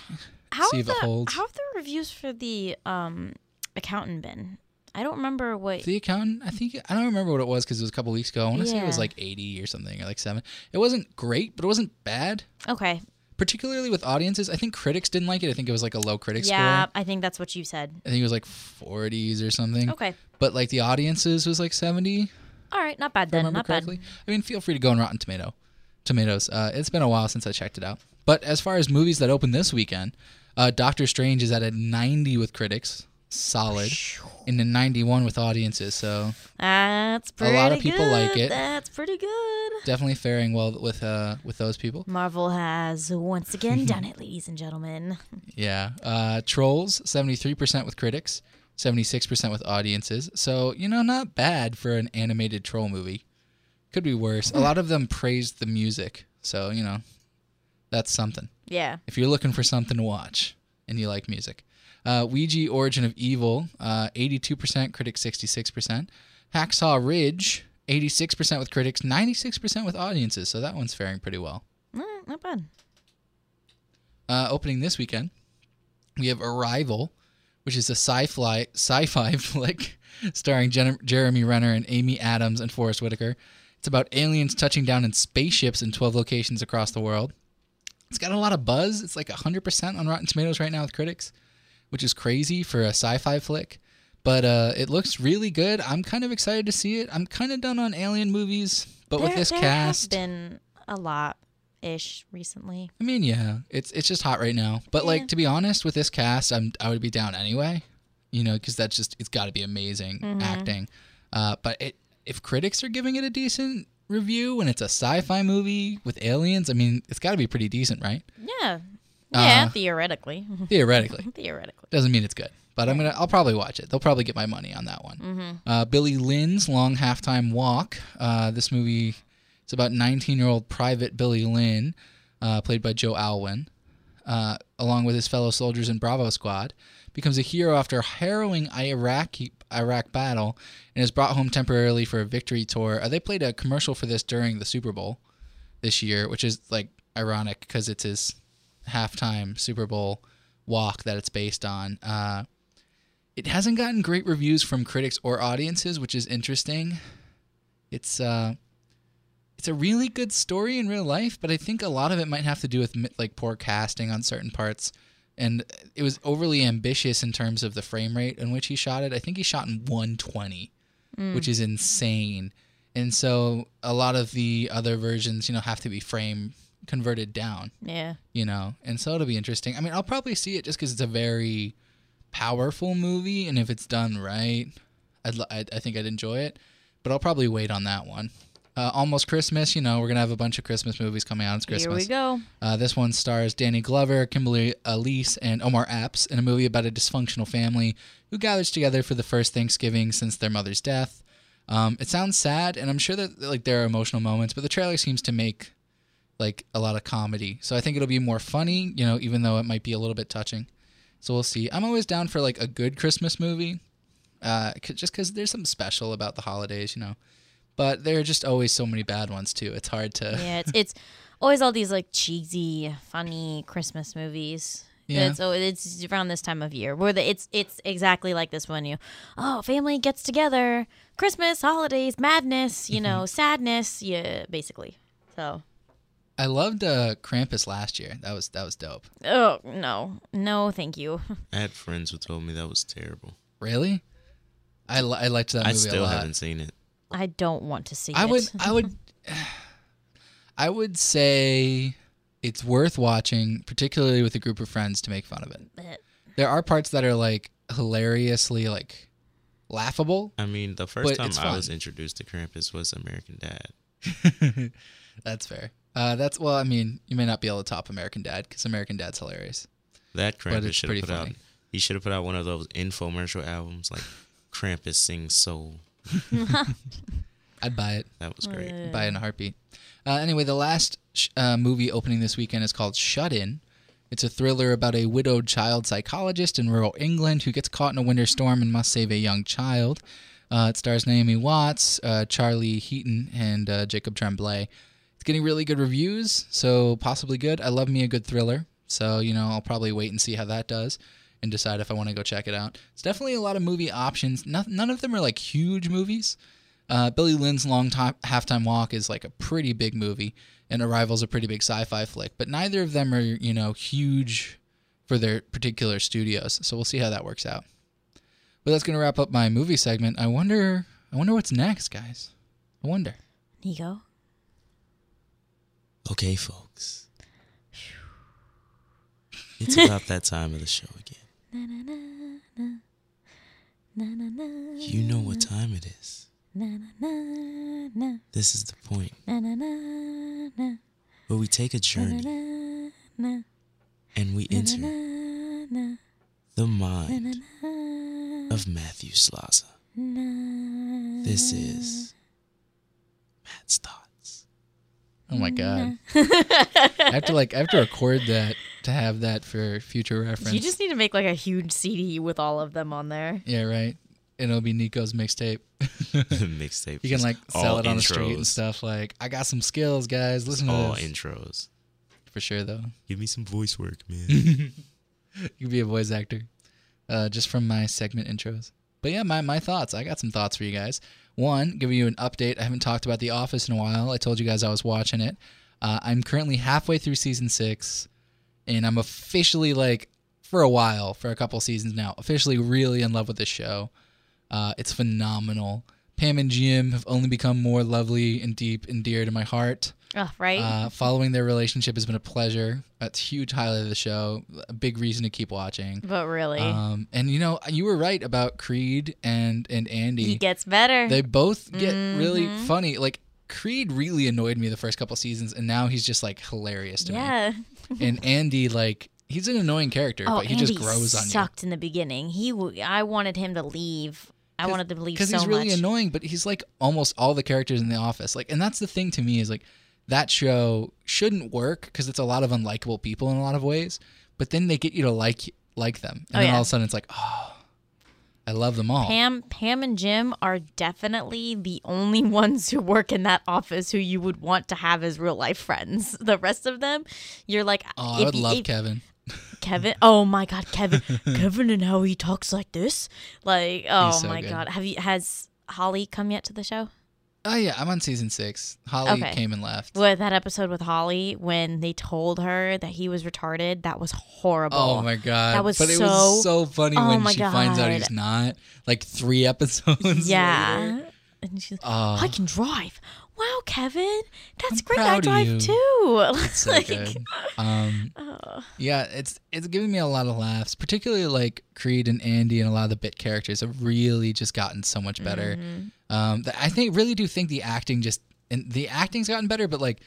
[SPEAKER 2] How
[SPEAKER 1] See
[SPEAKER 2] have
[SPEAKER 1] if it
[SPEAKER 2] the,
[SPEAKER 1] holds.
[SPEAKER 2] How have the reviews for the um accountant been? I don't remember what.
[SPEAKER 1] The accountant, I think I don't remember what it was because it was a couple weeks ago. I want to say it was
[SPEAKER 2] Yeah.
[SPEAKER 1] like 80 or something or like seven. It wasn't great, but it wasn't bad.
[SPEAKER 2] okay.
[SPEAKER 1] Particularly with audiences, I think critics didn't like it. I think it was like a low critic
[SPEAKER 2] Yeah,
[SPEAKER 1] score.
[SPEAKER 2] I think that's what you said.
[SPEAKER 1] I think it was like 40s or something.
[SPEAKER 2] Okay.
[SPEAKER 1] But like the audiences was like 70.
[SPEAKER 2] All right. Not bad
[SPEAKER 1] if I
[SPEAKER 2] then.
[SPEAKER 1] remember
[SPEAKER 2] Not
[SPEAKER 1] correctly.
[SPEAKER 2] bad.
[SPEAKER 1] I mean, feel free to go on Rotten Tomato, Tomatoes. Uh, it's been a while since I checked it out. But as far as movies that open this weekend, uh, Doctor Strange is at a 90 with critics, solid, and a 91 with audiences. So
[SPEAKER 2] That's pretty.
[SPEAKER 1] lot of people like
[SPEAKER 2] good.
[SPEAKER 1] it.
[SPEAKER 2] That's pretty good.
[SPEAKER 1] definitely faring well with uh, with those people.
[SPEAKER 2] Marvel has once
[SPEAKER 1] <laughs>
[SPEAKER 2] again done it, ladies and gentlemen. <laughs>
[SPEAKER 1] Yeah. Uh, Trolls, 73% with critics, 76% with audiences. So, you know, not bad for an animated troll movie. Could be worse.
[SPEAKER 2] Hmm.
[SPEAKER 1] A lot of them praised the music. So, you know, that's something.
[SPEAKER 2] Yeah.
[SPEAKER 1] if you're looking for something to watch and you like music. Uh, Ouija Origin of Evil, uh, 82%, critics 66%. Hacksaw Ridge, 86% with critics, 96% with audiences. So that one's faring pretty well.
[SPEAKER 2] Mm, not bad.
[SPEAKER 1] Uh, opening this weekend, we have Arrival, which is a sci-fi sci-fi <laughs> flick starring Jen- Jeremy Renner and Amy Adams and Forrest Whitaker. It's about aliens touching down in spaceships in 12 locations across the world. It's got a lot of buzz. It's like 100% on Rotten Tomatoes right now with critics, which is crazy for a sci-fi flick. But uh, it looks really good. I'm kind of excited to see it. I'm kind of done on alien movies, but with
[SPEAKER 2] There-
[SPEAKER 1] this
[SPEAKER 2] there
[SPEAKER 1] cast,
[SPEAKER 2] have been a lot ish recently.
[SPEAKER 1] I mean, yeah, it's it's just hot right now. But
[SPEAKER 2] Yeah.
[SPEAKER 1] like to be honest, with this cast, I'm I would be down anyway. You know, because that's just it's got to be amazing acting. Uh, but it if critics are giving it a decent review and it's a sci-fi movie with aliens, I mean, it's got to be pretty decent, right?
[SPEAKER 2] Yeah. Yeah.
[SPEAKER 1] Uh,
[SPEAKER 2] theoretically. <laughs>
[SPEAKER 1] Theoretically,
[SPEAKER 2] theoretically.
[SPEAKER 1] doesn't mean it's good. But I'm gonna I'll probably watch it. They'll probably get my money on that one. Uh, Billy Lynn's Long Halftime Walk. Uh, this movie it's about 19 year old Private Billy Lynn, uh, played by Joe Alwyn, uh, along with his fellow soldiers in Bravo Squad, becomes a hero after a harrowing Iraqi Iraq battle and is brought home temporarily for a victory tour. Uh, they played a commercial for this during the Super Bowl this year, which is like ironic because it's his halftime Super Bowl walk that it's based on. Uh, it hasn't gotten great reviews from critics or audiences, which is interesting. It's uh, it's a really good story in real life, but I think a lot of it might have to do with mi- like poor casting on certain parts, and it was overly ambitious in terms of the frame rate in which he shot it. I think he shot in 120, which is insane. And so a lot of the other versions, you know, have to be frame converted down
[SPEAKER 2] Yeah.
[SPEAKER 1] you know and so it'll be interesting i mean i'll probably see it just because it's a very powerful movie and if it's done right I'd, li- I'd, i think i'd enjoy it but i'll probably wait on that one uh, almost christmas you know we're gonna have a bunch of christmas movies coming out it's
[SPEAKER 2] Here we
[SPEAKER 1] christmas
[SPEAKER 2] go.
[SPEAKER 1] uh, this one stars danny glover kimberly elise and omar epps in a movie about a dysfunctional family who gathers together for the first thanksgiving since their mother's death um, it sounds sad and i'm sure that like there are emotional moments but the trailer seems to make like a lot of comedy. So I think it'll be more funny, you know, even though it might be a little bit touching. So we'll see. I'm always down for like a good Christmas movie, uh, c- just because there's something special about the holidays, you know. But there are just always so many bad ones too. It's hard to.
[SPEAKER 2] Yeah. It's, it's always all these like cheesy, funny Christmas movies.
[SPEAKER 1] Yeah.
[SPEAKER 2] It's, so it's around this time of year where the, it's it's exactly like this one. You, oh, family gets together, Christmas, holidays, madness, you know, sadness. Yeah, basically. So,
[SPEAKER 1] I loved uh, Krampus last year. That was that was dope.
[SPEAKER 2] oh no, no, thank you.
[SPEAKER 3] I had friends who told me that was terrible.
[SPEAKER 1] Really, I, li- I liked that
[SPEAKER 3] I
[SPEAKER 1] movie a
[SPEAKER 3] still
[SPEAKER 1] lot.
[SPEAKER 3] haven't seen it.
[SPEAKER 2] I don't want to see
[SPEAKER 1] I
[SPEAKER 2] it.
[SPEAKER 1] would I would <sighs> I would say it's worth watching, particularly with a group of friends to make fun of it.
[SPEAKER 2] But-
[SPEAKER 1] There are parts that are like hilariously like laughable.
[SPEAKER 3] I mean, the
[SPEAKER 1] But
[SPEAKER 3] first time
[SPEAKER 1] it's
[SPEAKER 3] I was
[SPEAKER 1] fun.
[SPEAKER 3] introduced to Krampus was American Dad.
[SPEAKER 1] that's fair. Uh, that's well, I mean, you may not be able to top American Dad because American Dad's hilarious.
[SPEAKER 3] That Krampus
[SPEAKER 1] it's
[SPEAKER 3] should
[SPEAKER 1] pretty
[SPEAKER 3] have put out.
[SPEAKER 1] funny.
[SPEAKER 3] He should have put out one of those infomercial albums like Krampus sings soul.
[SPEAKER 1] I'd buy it,
[SPEAKER 3] That was great.
[SPEAKER 2] Uh,
[SPEAKER 1] buy it in a heartbeat. Uh, anyway, the last sh- uh, movie opening this weekend is called Shut In. It's a thriller about a widowed child psychologist in rural England who gets caught in a winter storm and must save a young child. Uh, it stars Naomi Watts, uh, Charlie Heaton, and uh, Jacob Tremblay. It's getting really good reviews, so possibly good. I love me a good thriller, so you know I'll probably wait and see how that does, and decide if I want to go check it out. It's definitely a lot of movie options. No, none of them are like huge movies. Uh, Billy Lynn's Long Time Halftime Walk is like a pretty big movie, and Arrival's a pretty big sci-fi flick. But neither of them are you know huge for their particular studios, so we'll see how that works out. But that's gonna wrap up my movie segment. I wonder, I wonder what's next, guys. I wonder.
[SPEAKER 2] Nico.
[SPEAKER 3] Okay, folks. It's about that time of the show again.
[SPEAKER 2] Na, na, na, na. Na, na, na,
[SPEAKER 3] You know what time it is.
[SPEAKER 2] na, na, na, na.
[SPEAKER 3] This is the point
[SPEAKER 2] Na, na, na, na.
[SPEAKER 3] where we take a journey
[SPEAKER 2] Na, na,
[SPEAKER 3] and we
[SPEAKER 2] na,
[SPEAKER 3] enter
[SPEAKER 2] na,
[SPEAKER 3] the mind
[SPEAKER 2] na,
[SPEAKER 3] of Matthew Slaza.
[SPEAKER 2] na. <laughs>
[SPEAKER 3] This is Matt's <laughs> thoughts.
[SPEAKER 1] Oh my
[SPEAKER 2] Mm-hmm. <laughs>
[SPEAKER 1] god. I have to like I have to record that to have that for future reference.
[SPEAKER 2] You just need to make like a huge CD with all of them on there.
[SPEAKER 1] yeah, right. And it'll be Nico's mixtape.
[SPEAKER 3] Mixtape.
[SPEAKER 1] You can
[SPEAKER 3] is
[SPEAKER 1] like sell
[SPEAKER 3] all
[SPEAKER 1] it on the street and
[SPEAKER 3] intros.
[SPEAKER 1] stuff. Like I got some skills, guys. Listen to
[SPEAKER 3] All
[SPEAKER 1] this
[SPEAKER 3] intros.
[SPEAKER 1] for sure though.
[SPEAKER 3] Give me some voice work, man.
[SPEAKER 1] <laughs> You could be a voice actor. Uh, just from my segment intros. But yeah, my, my thoughts. I got some thoughts for you guys. One, giving you an update. I haven't talked about The Office in a while. I told you guys I was watching it. Uh, I'm currently halfway through season six, and I'm officially like for a while, for a couple seasons now, officially really in love with this show. Uh, it's phenomenal. Pam and Jim have only become more lovely and deep and dear to my heart.
[SPEAKER 2] Oh, right?
[SPEAKER 1] Uh, following their relationship has been a pleasure. That's a huge highlight of the show. A big reason to keep watching.
[SPEAKER 2] but really,
[SPEAKER 1] Um, and you know, you were right about Creed and and
[SPEAKER 2] he
[SPEAKER 1] Andy.
[SPEAKER 2] gets better.
[SPEAKER 1] They both get really
[SPEAKER 2] Mm-hmm.
[SPEAKER 1] funny. Like Creed really annoyed me the first couple seasons, and now he's just like hilarious to
[SPEAKER 2] yeah.
[SPEAKER 1] me. And Andy, like, he's an annoying character,
[SPEAKER 2] Oh,
[SPEAKER 1] but he
[SPEAKER 2] Andy
[SPEAKER 1] just grows on you.
[SPEAKER 2] sucked in the beginning. He, w- I wanted him to leave. I wanted to leave so
[SPEAKER 1] because he's really
[SPEAKER 2] much.
[SPEAKER 1] annoying but he's like almost all the characters in the office like and that's the thing to me is like that show shouldn't work because it's a lot of unlikable people in a lot of ways but then they get you to like like them and
[SPEAKER 2] Oh,
[SPEAKER 1] then
[SPEAKER 2] yeah.
[SPEAKER 1] all of a sudden it's like oh i love them all
[SPEAKER 2] Pam, Pam and Jim are definitely the only <laughs> ones who work in that office who you would want to have as real life friends. The rest of them, you're like,
[SPEAKER 1] oh i
[SPEAKER 2] if-
[SPEAKER 1] would love
[SPEAKER 2] if
[SPEAKER 1] kevin
[SPEAKER 2] Kevin. Oh my God,
[SPEAKER 1] <laughs>
[SPEAKER 2] Kevin, Kevin, and how he talks like this, like, oh
[SPEAKER 1] so
[SPEAKER 2] my
[SPEAKER 1] good.
[SPEAKER 2] God, have you has Holly come yet to the show?
[SPEAKER 1] oh yeah i'm on season six holly
[SPEAKER 2] Okay.
[SPEAKER 1] came and left
[SPEAKER 2] With that episode with Holly when they told her that he was retarded, that was horrible.
[SPEAKER 1] Oh my <laughs> god!
[SPEAKER 2] That was
[SPEAKER 1] but it
[SPEAKER 2] so-
[SPEAKER 1] was so funny
[SPEAKER 2] Oh
[SPEAKER 1] when
[SPEAKER 2] my
[SPEAKER 1] she finds out
[SPEAKER 2] God.
[SPEAKER 1] he's not. Like three <laughs> episodes.
[SPEAKER 2] Yeah.
[SPEAKER 1] <laughs> later.
[SPEAKER 2] And she's like,
[SPEAKER 1] Oh.
[SPEAKER 2] I can drive. Wow, Kevin, that's
[SPEAKER 1] I'm
[SPEAKER 2] great. I
[SPEAKER 1] proud of
[SPEAKER 2] drive
[SPEAKER 1] you.
[SPEAKER 2] too. <laughs>
[SPEAKER 1] so good. Um,
[SPEAKER 2] uh.
[SPEAKER 1] Yeah, it's it's giving me a lot of laughs, particularly like Creed and Andy and a lot of the bit characters have really just gotten so much better.
[SPEAKER 2] Mm-hmm.
[SPEAKER 1] Um, th- I think really do think the acting just and the acting's gotten better, but like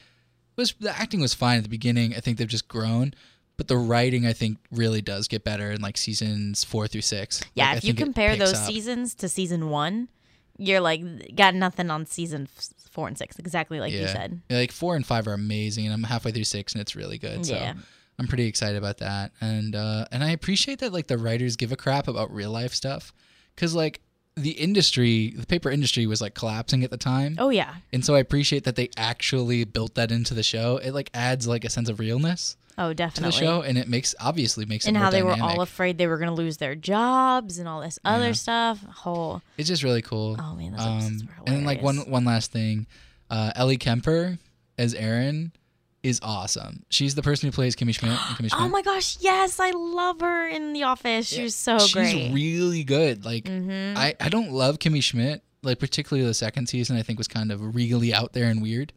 [SPEAKER 1] was the acting was fine at the beginning. I think they've just grown, but the writing I think really does get better in like seasons four through six.
[SPEAKER 2] Yeah,
[SPEAKER 1] Like, I
[SPEAKER 2] if you
[SPEAKER 1] think it
[SPEAKER 2] compare
[SPEAKER 1] picks
[SPEAKER 2] those
[SPEAKER 1] up.
[SPEAKER 2] seasons to season one, you're like got nothing on season f- four and six. Exactly like you said.
[SPEAKER 1] Yeah, Like four and five are amazing, and I'm halfway through six, and it's really good. So
[SPEAKER 2] Yeah.
[SPEAKER 1] I'm pretty excited about that, and uh, and I appreciate that like the writers give a crap about real life stuff, because like the industry, the paper industry was like collapsing at the time.
[SPEAKER 2] Oh yeah.
[SPEAKER 1] And so I appreciate that they actually built that into the show. It like adds like a sense of realness to
[SPEAKER 2] Oh,
[SPEAKER 1] the
[SPEAKER 2] definitely.
[SPEAKER 1] show and it makes obviously makes it
[SPEAKER 2] and
[SPEAKER 1] more
[SPEAKER 2] how they were
[SPEAKER 1] dynamic.
[SPEAKER 2] all afraid they were going to lose their jobs and all this other
[SPEAKER 1] Yeah.
[SPEAKER 2] stuff. Oh,
[SPEAKER 1] It's just really cool.
[SPEAKER 2] Oh, man, those episodes were
[SPEAKER 1] Um, and then like one
[SPEAKER 2] hilarious.
[SPEAKER 1] one last thing, uh, Ellie Kemper as Erin is awesome. She's the person who plays Kimmy Schmidt. and Kimmy Schmidt.
[SPEAKER 2] <gasps> oh my gosh, yes, I love her in The Office. She was so
[SPEAKER 1] She's
[SPEAKER 2] oh, great.
[SPEAKER 1] really good. Like
[SPEAKER 2] mm-hmm.
[SPEAKER 1] I I don't love Kimmy Schmidt. Like particularly the second season, I think was kind of really out there and weird.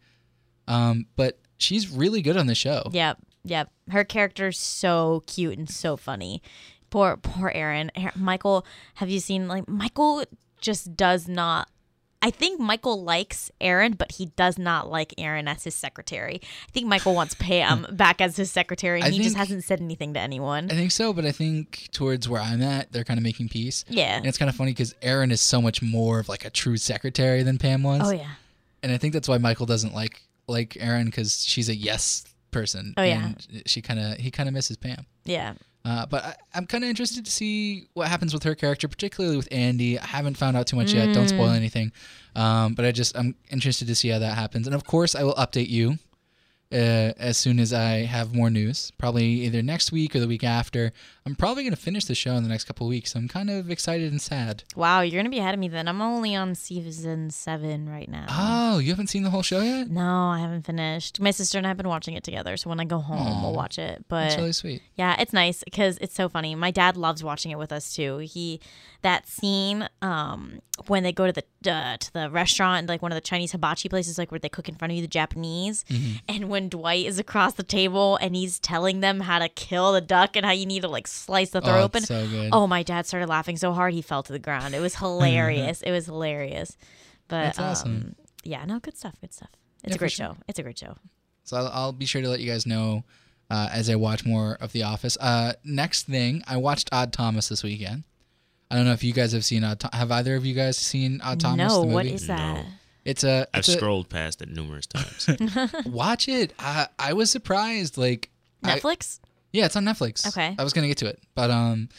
[SPEAKER 1] Um, but she's really good on the show.
[SPEAKER 2] Yep, yep. Her character's so cute and so funny. Poor, poor Aaron. Aaron- Michael, have you seen like Michael just does not. I think Michael likes Aaron, but he does not like Aaron as his secretary. I think Michael wants
[SPEAKER 1] <laughs>
[SPEAKER 2] Pam back as his secretary, and
[SPEAKER 1] I
[SPEAKER 2] he just
[SPEAKER 1] think-
[SPEAKER 2] hasn't said anything to anyone.
[SPEAKER 1] I think so, but I think towards where I'm at, they're kind of making peace.
[SPEAKER 2] yeah.
[SPEAKER 1] And it's kind of funny because Erin is so much more of like a true secretary than Pam was.
[SPEAKER 2] Oh yeah.
[SPEAKER 1] and I think that's why Michael doesn't like like Aaron because she's a yes person.
[SPEAKER 2] Oh, yeah.
[SPEAKER 1] and she kind of he kind of misses Pam.
[SPEAKER 2] Yeah.
[SPEAKER 1] Uh, but I, I'm kind of interested to see what happens with her character, particularly with Andy. I haven't found out too much yet. Don't
[SPEAKER 2] Mm.
[SPEAKER 1] spoil anything. Um, but I just I'm interested to see how that happens. And of course, I will update you uh, as soon as I have more news. Probably either next week or the week after. I'm probably going to finish the show in the next couple of weeks. So I'm kind of excited and sad.
[SPEAKER 2] Wow, you're gonna be ahead of me then. I'm only on season seven right now.
[SPEAKER 1] Oh, you haven't seen the whole show yet?
[SPEAKER 2] No, I haven't finished. My sister and I have been watching it together, so when I go home, we'll watch it. But
[SPEAKER 1] That's really sweet.
[SPEAKER 2] yeah, it's nice because it's so funny. My dad loves watching it with us too. He that scene um, when they go to the uh, to the restaurant, like one of the Chinese hibachi places, like where they cook in front of you, the Japanese,
[SPEAKER 1] Mm-hmm.
[SPEAKER 2] and when Dwight is across the table and he's telling them how to kill the duck and how you need to like slice the throat
[SPEAKER 1] oh,
[SPEAKER 2] open.
[SPEAKER 1] It's so good.
[SPEAKER 2] Oh, my dad started laughing so hard he fell to the ground.
[SPEAKER 1] <laughs>
[SPEAKER 2] It was hilarious. it was hilarious. But
[SPEAKER 1] Mm-hmm. That's awesome.
[SPEAKER 2] um, yeah, no, good stuff. Good stuff.
[SPEAKER 1] Yeah,
[SPEAKER 2] It's a
[SPEAKER 1] for
[SPEAKER 2] great
[SPEAKER 1] sure.
[SPEAKER 2] show. It's a great show.
[SPEAKER 1] So I'll, I'll be sure to let you guys know uh, as I watch more of The Office. Uh, next thing, I watched Odd Thomas this weekend. I don't know if you guys have seen Odd. Tho- have either of you guys seen Odd Thomas?
[SPEAKER 2] no,
[SPEAKER 1] the movie?
[SPEAKER 2] what is that?
[SPEAKER 3] No.
[SPEAKER 1] It's a.
[SPEAKER 3] <laughs> I've
[SPEAKER 1] It's a
[SPEAKER 3] scrolled past it numerous times. <laughs>
[SPEAKER 1] watch it. I, I was surprised. Like I-
[SPEAKER 2] Netflix?
[SPEAKER 1] yeah, it's on Netflix.
[SPEAKER 2] Okay.
[SPEAKER 1] I was gonna get to it, but um,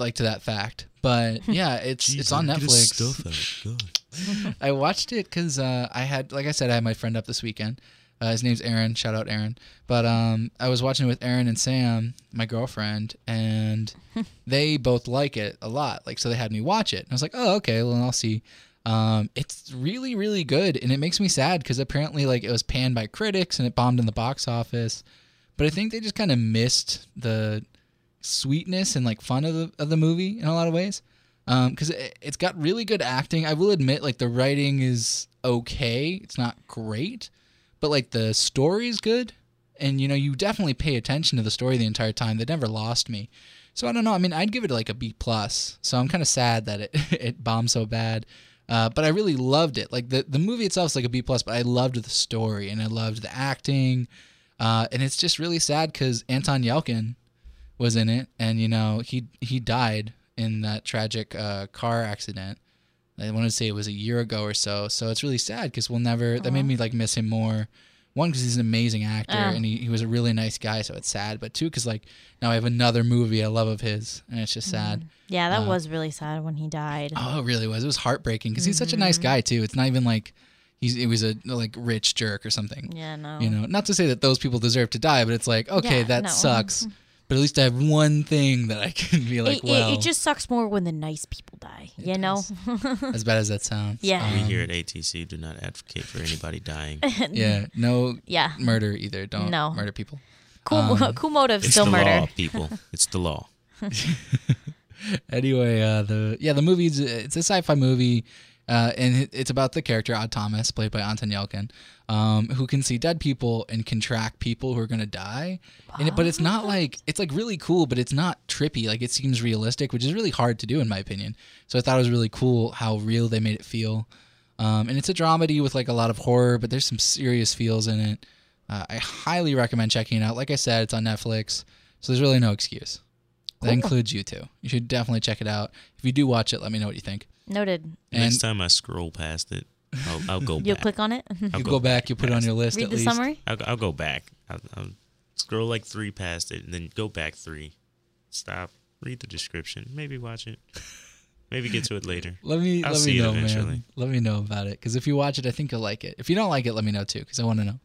[SPEAKER 1] like to that fact.
[SPEAKER 2] <laughs>
[SPEAKER 1] But yeah, it's it's on Netflix. <laughs> I watched it because uh, I had, like I said, I had my friend up this weekend. Uh, his name's Aaron. Shout out Aaron. But um, I was watching it with Aaron and Sam, my girlfriend, and they both like it a lot. Like, so they had me watch it, and I was like, oh, okay, well, I'll see. Um, it's really, really good, and it makes me sad because apparently, like, it was panned by critics and it bombed in the box office. But I think they just kind of missed the sweetness and like fun of the of the movie in a lot of ways because Um, it, it's got really good acting. I will admit, like the writing is okay. It's not great, but like the story's good, and you know you definitely pay attention to the story the entire time. That never lost me. So I don't know. I mean, I'd give it like a B plus. So I'm kind of sad that it <laughs> it bombed so bad. Uh, but I really loved it. Like the the movie itself is like a B plus, but I loved the story and I loved the acting. Uh, and it's just really sad because Anton Yelkin was in it, and you know he he died in that tragic uh, car accident. I want to say it was a year ago or so. So it's really sad because we'll never. That made me like miss him more. One, because he's an amazing actor
[SPEAKER 2] Oh.
[SPEAKER 1] and he, he was a really nice guy, so it's sad. But two, because like now I have another movie I love of his, and it's just sad.
[SPEAKER 2] Yeah, that was really sad when he died.
[SPEAKER 1] Uh, Oh, it really was. It was heartbreaking because he's such a nice guy too. It's not even like he's it was a like rich jerk or something.
[SPEAKER 2] yeah, no.
[SPEAKER 1] You know, not to say that those people deserve to die, but it's like okay,
[SPEAKER 2] Yeah,
[SPEAKER 1] that
[SPEAKER 2] no. Mm-hmm.
[SPEAKER 1] sucks. But at least I have one thing that I can be like,
[SPEAKER 2] it,
[SPEAKER 1] well,
[SPEAKER 2] it, it just sucks more when the nice people die, you know? <laughs>
[SPEAKER 1] as bad as that sounds.
[SPEAKER 2] Yeah.
[SPEAKER 3] We
[SPEAKER 1] Um,
[SPEAKER 3] here at ATC do not advocate for anybody
[SPEAKER 1] <laughs>
[SPEAKER 3] dying.
[SPEAKER 1] yeah. No
[SPEAKER 2] yeah.
[SPEAKER 1] murder either. Don't
[SPEAKER 2] No.
[SPEAKER 1] murder people.
[SPEAKER 2] Cool,
[SPEAKER 1] Um,
[SPEAKER 2] cool motive,
[SPEAKER 3] It's
[SPEAKER 2] still
[SPEAKER 3] the
[SPEAKER 2] murder.
[SPEAKER 3] law,
[SPEAKER 1] <laughs>
[SPEAKER 3] people. It's the law.
[SPEAKER 1] <laughs> Anyway, uh, the yeah, the movie's it's a sci-fi movie. Uh, and it- it's about the character Odd Thomas, played by Anton Yelkin, um, who can see dead people and can track people who are gonna die. And it, but it's not like it's like really cool, but it's not trippy. Like it seems realistic, which is really hard to do in my opinion. So I thought it was really cool how real they made it feel. Um, and it's a dramedy with like a lot of horror, but there's some serious feels in it. Uh, I highly recommend checking it out. Like I said, it's on Netflix, so there's really no excuse. That includes you too. You should definitely check it out. If you do watch it, let me know what you think.
[SPEAKER 2] Noted.
[SPEAKER 3] Next
[SPEAKER 1] And
[SPEAKER 3] time I scroll past it, I'll, I'll go
[SPEAKER 2] You'll
[SPEAKER 3] back.
[SPEAKER 2] click on it? <laughs>
[SPEAKER 3] I'll
[SPEAKER 1] you go back, you put it on your list
[SPEAKER 2] Read
[SPEAKER 1] at
[SPEAKER 2] the
[SPEAKER 1] least.
[SPEAKER 2] summary?
[SPEAKER 3] I'll, I'll go back. I'll, I'll scroll like three past it, and then go back three. Stop. Read the description. Maybe watch it. Maybe get to
[SPEAKER 1] <laughs>
[SPEAKER 3] it later.
[SPEAKER 1] Let me
[SPEAKER 3] I'll
[SPEAKER 1] let
[SPEAKER 3] see
[SPEAKER 1] me
[SPEAKER 3] it
[SPEAKER 1] know, man.
[SPEAKER 3] eventually.
[SPEAKER 1] Let me know about it because if you watch it, I think you'll like it. If you don't like it, let me know too because I want to know.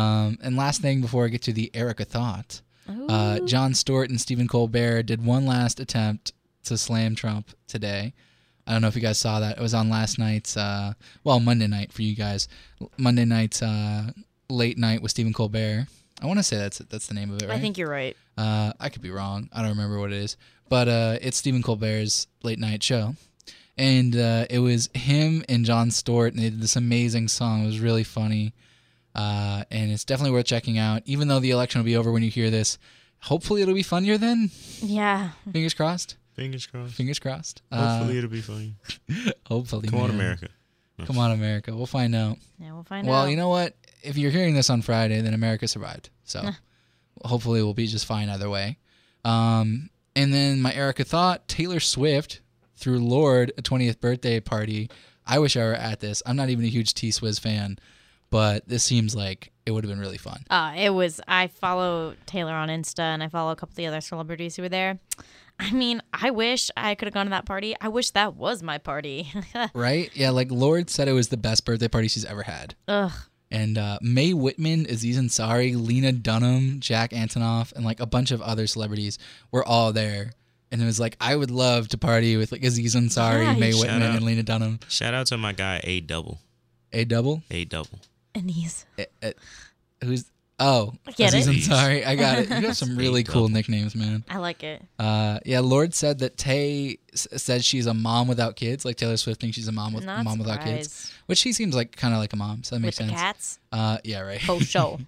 [SPEAKER 1] Um, and last thing before I get to the Erica thought, uh,
[SPEAKER 2] Ooh.
[SPEAKER 1] John Stewart and Stephen Colbert did one last attempt to slam Trump today. I don't know if you guys saw that. It was on last night's, uh, well, Monday night for you guys. Monday night's uh, late night with Stephen Colbert. I want to say that's that's the name of it, right?
[SPEAKER 2] I think you're right.
[SPEAKER 1] Uh, I could be wrong. I don't remember what it is, but uh, it's Stephen Colbert's late night show, and uh, it was him and John Stewart, and they did this amazing song. It was really funny, uh, and it's definitely worth checking out. Even though the election will be over when you hear this, hopefully it'll be funnier then.
[SPEAKER 2] Yeah.
[SPEAKER 1] Fingers crossed.
[SPEAKER 3] Fingers crossed.
[SPEAKER 1] Fingers crossed. Uh,
[SPEAKER 3] Hopefully it'll be fine.
[SPEAKER 1] hopefully.
[SPEAKER 3] Come on,
[SPEAKER 1] man.
[SPEAKER 3] America. No.
[SPEAKER 1] Come on, America. We'll find out.
[SPEAKER 2] Yeah, we'll find out.
[SPEAKER 1] Well, you know what? If you're hearing this on Friday, then America survived. So hopefully we'll be just fine either way. Um, and then my Erica thought Taylor Swift through Lord a 20th birthday party. I wish I were at this. I'm not even a huge T Swizz fan, but this seems like it would have been really fun.
[SPEAKER 2] Uh, it was. I follow Taylor on Insta, and I follow a couple of the other celebrities who were there. I mean, I wish I could have gone to that party. I wish that was my party. <laughs>
[SPEAKER 1] Right? Yeah, like Lord said it was the best birthday party she's ever had.
[SPEAKER 2] Ugh.
[SPEAKER 1] And uh, Mae Whitman, Aziz Ansari, Lena Dunham, Jack Antonoff, and like a bunch of other celebrities were all there. And it was like, I would love to party with like Aziz Ansari,
[SPEAKER 2] Yeah,
[SPEAKER 1] Mae
[SPEAKER 2] you-
[SPEAKER 1] Whitman,
[SPEAKER 3] Shout out.
[SPEAKER 1] and Lena Dunham.
[SPEAKER 3] Shout out to my guy A double.
[SPEAKER 1] A double?
[SPEAKER 3] A double.
[SPEAKER 2] And he's
[SPEAKER 1] Eh, eh, who's. Oh,
[SPEAKER 2] Get
[SPEAKER 1] Aziz
[SPEAKER 3] it.
[SPEAKER 1] Ansari. I got it. You
[SPEAKER 2] <laughs>
[SPEAKER 1] have some really cool
[SPEAKER 3] A-double.
[SPEAKER 1] nicknames, man.
[SPEAKER 2] I like it.
[SPEAKER 1] Uh, yeah, Lord said that Tay s- said she's a mom without kids. Like Taylor Swift thinks she's a mom with
[SPEAKER 2] Not
[SPEAKER 1] mom without kids,
[SPEAKER 2] surprised.
[SPEAKER 1] which she seems like kind of like a mom. So that
[SPEAKER 2] With
[SPEAKER 1] makes
[SPEAKER 2] the Oh,
[SPEAKER 1] sense.
[SPEAKER 2] cats,
[SPEAKER 1] Uh, yeah, right.
[SPEAKER 2] for show.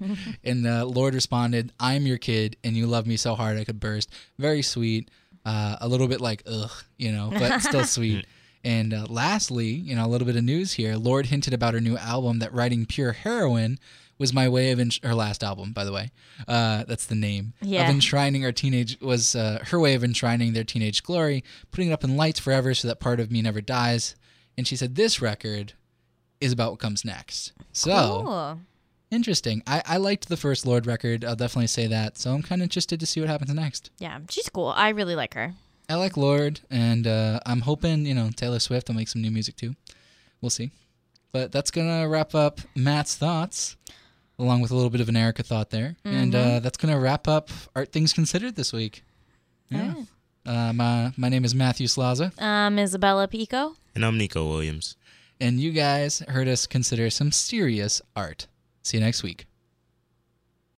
[SPEAKER 1] And uh, Lord responded, I'm your kid, and you love me so hard I could burst. Very sweet. Uh, a little bit like, ugh, you know,
[SPEAKER 2] <laughs>
[SPEAKER 1] but still sweet. And uh, lastly, you know, a little bit of news here. Lord hinted about her new album that writing pure heroin was my way of ins- her last album, by the way. Uh, that's the name
[SPEAKER 2] Yeah.
[SPEAKER 1] of enshrining our teenage was uh, her way of enshrining their teenage glory, putting it up in lights forever so that part of me never dies. And she said this record is about what comes next. <laughs> So.
[SPEAKER 2] Cool.
[SPEAKER 1] Interesting. I, I liked the first Lord record. I'll definitely say that. So I'm kind of interested to see what happens next.
[SPEAKER 2] Yeah, she's cool. I really like her.
[SPEAKER 1] I like Lord, and uh, I'm hoping, you know, Taylor Swift will make some new music too. We'll see. But that's going to wrap up Matt's thoughts, along with a little bit of an Erica thought there. And uh, that's going to wrap up Art Things Considered this week. Yeah. Uh, my, my name is Matthew Slaza,
[SPEAKER 2] Um, Isabella Pico.
[SPEAKER 3] And I'm Nico Williams.
[SPEAKER 1] and you guys heard us consider some serious art. See you next week.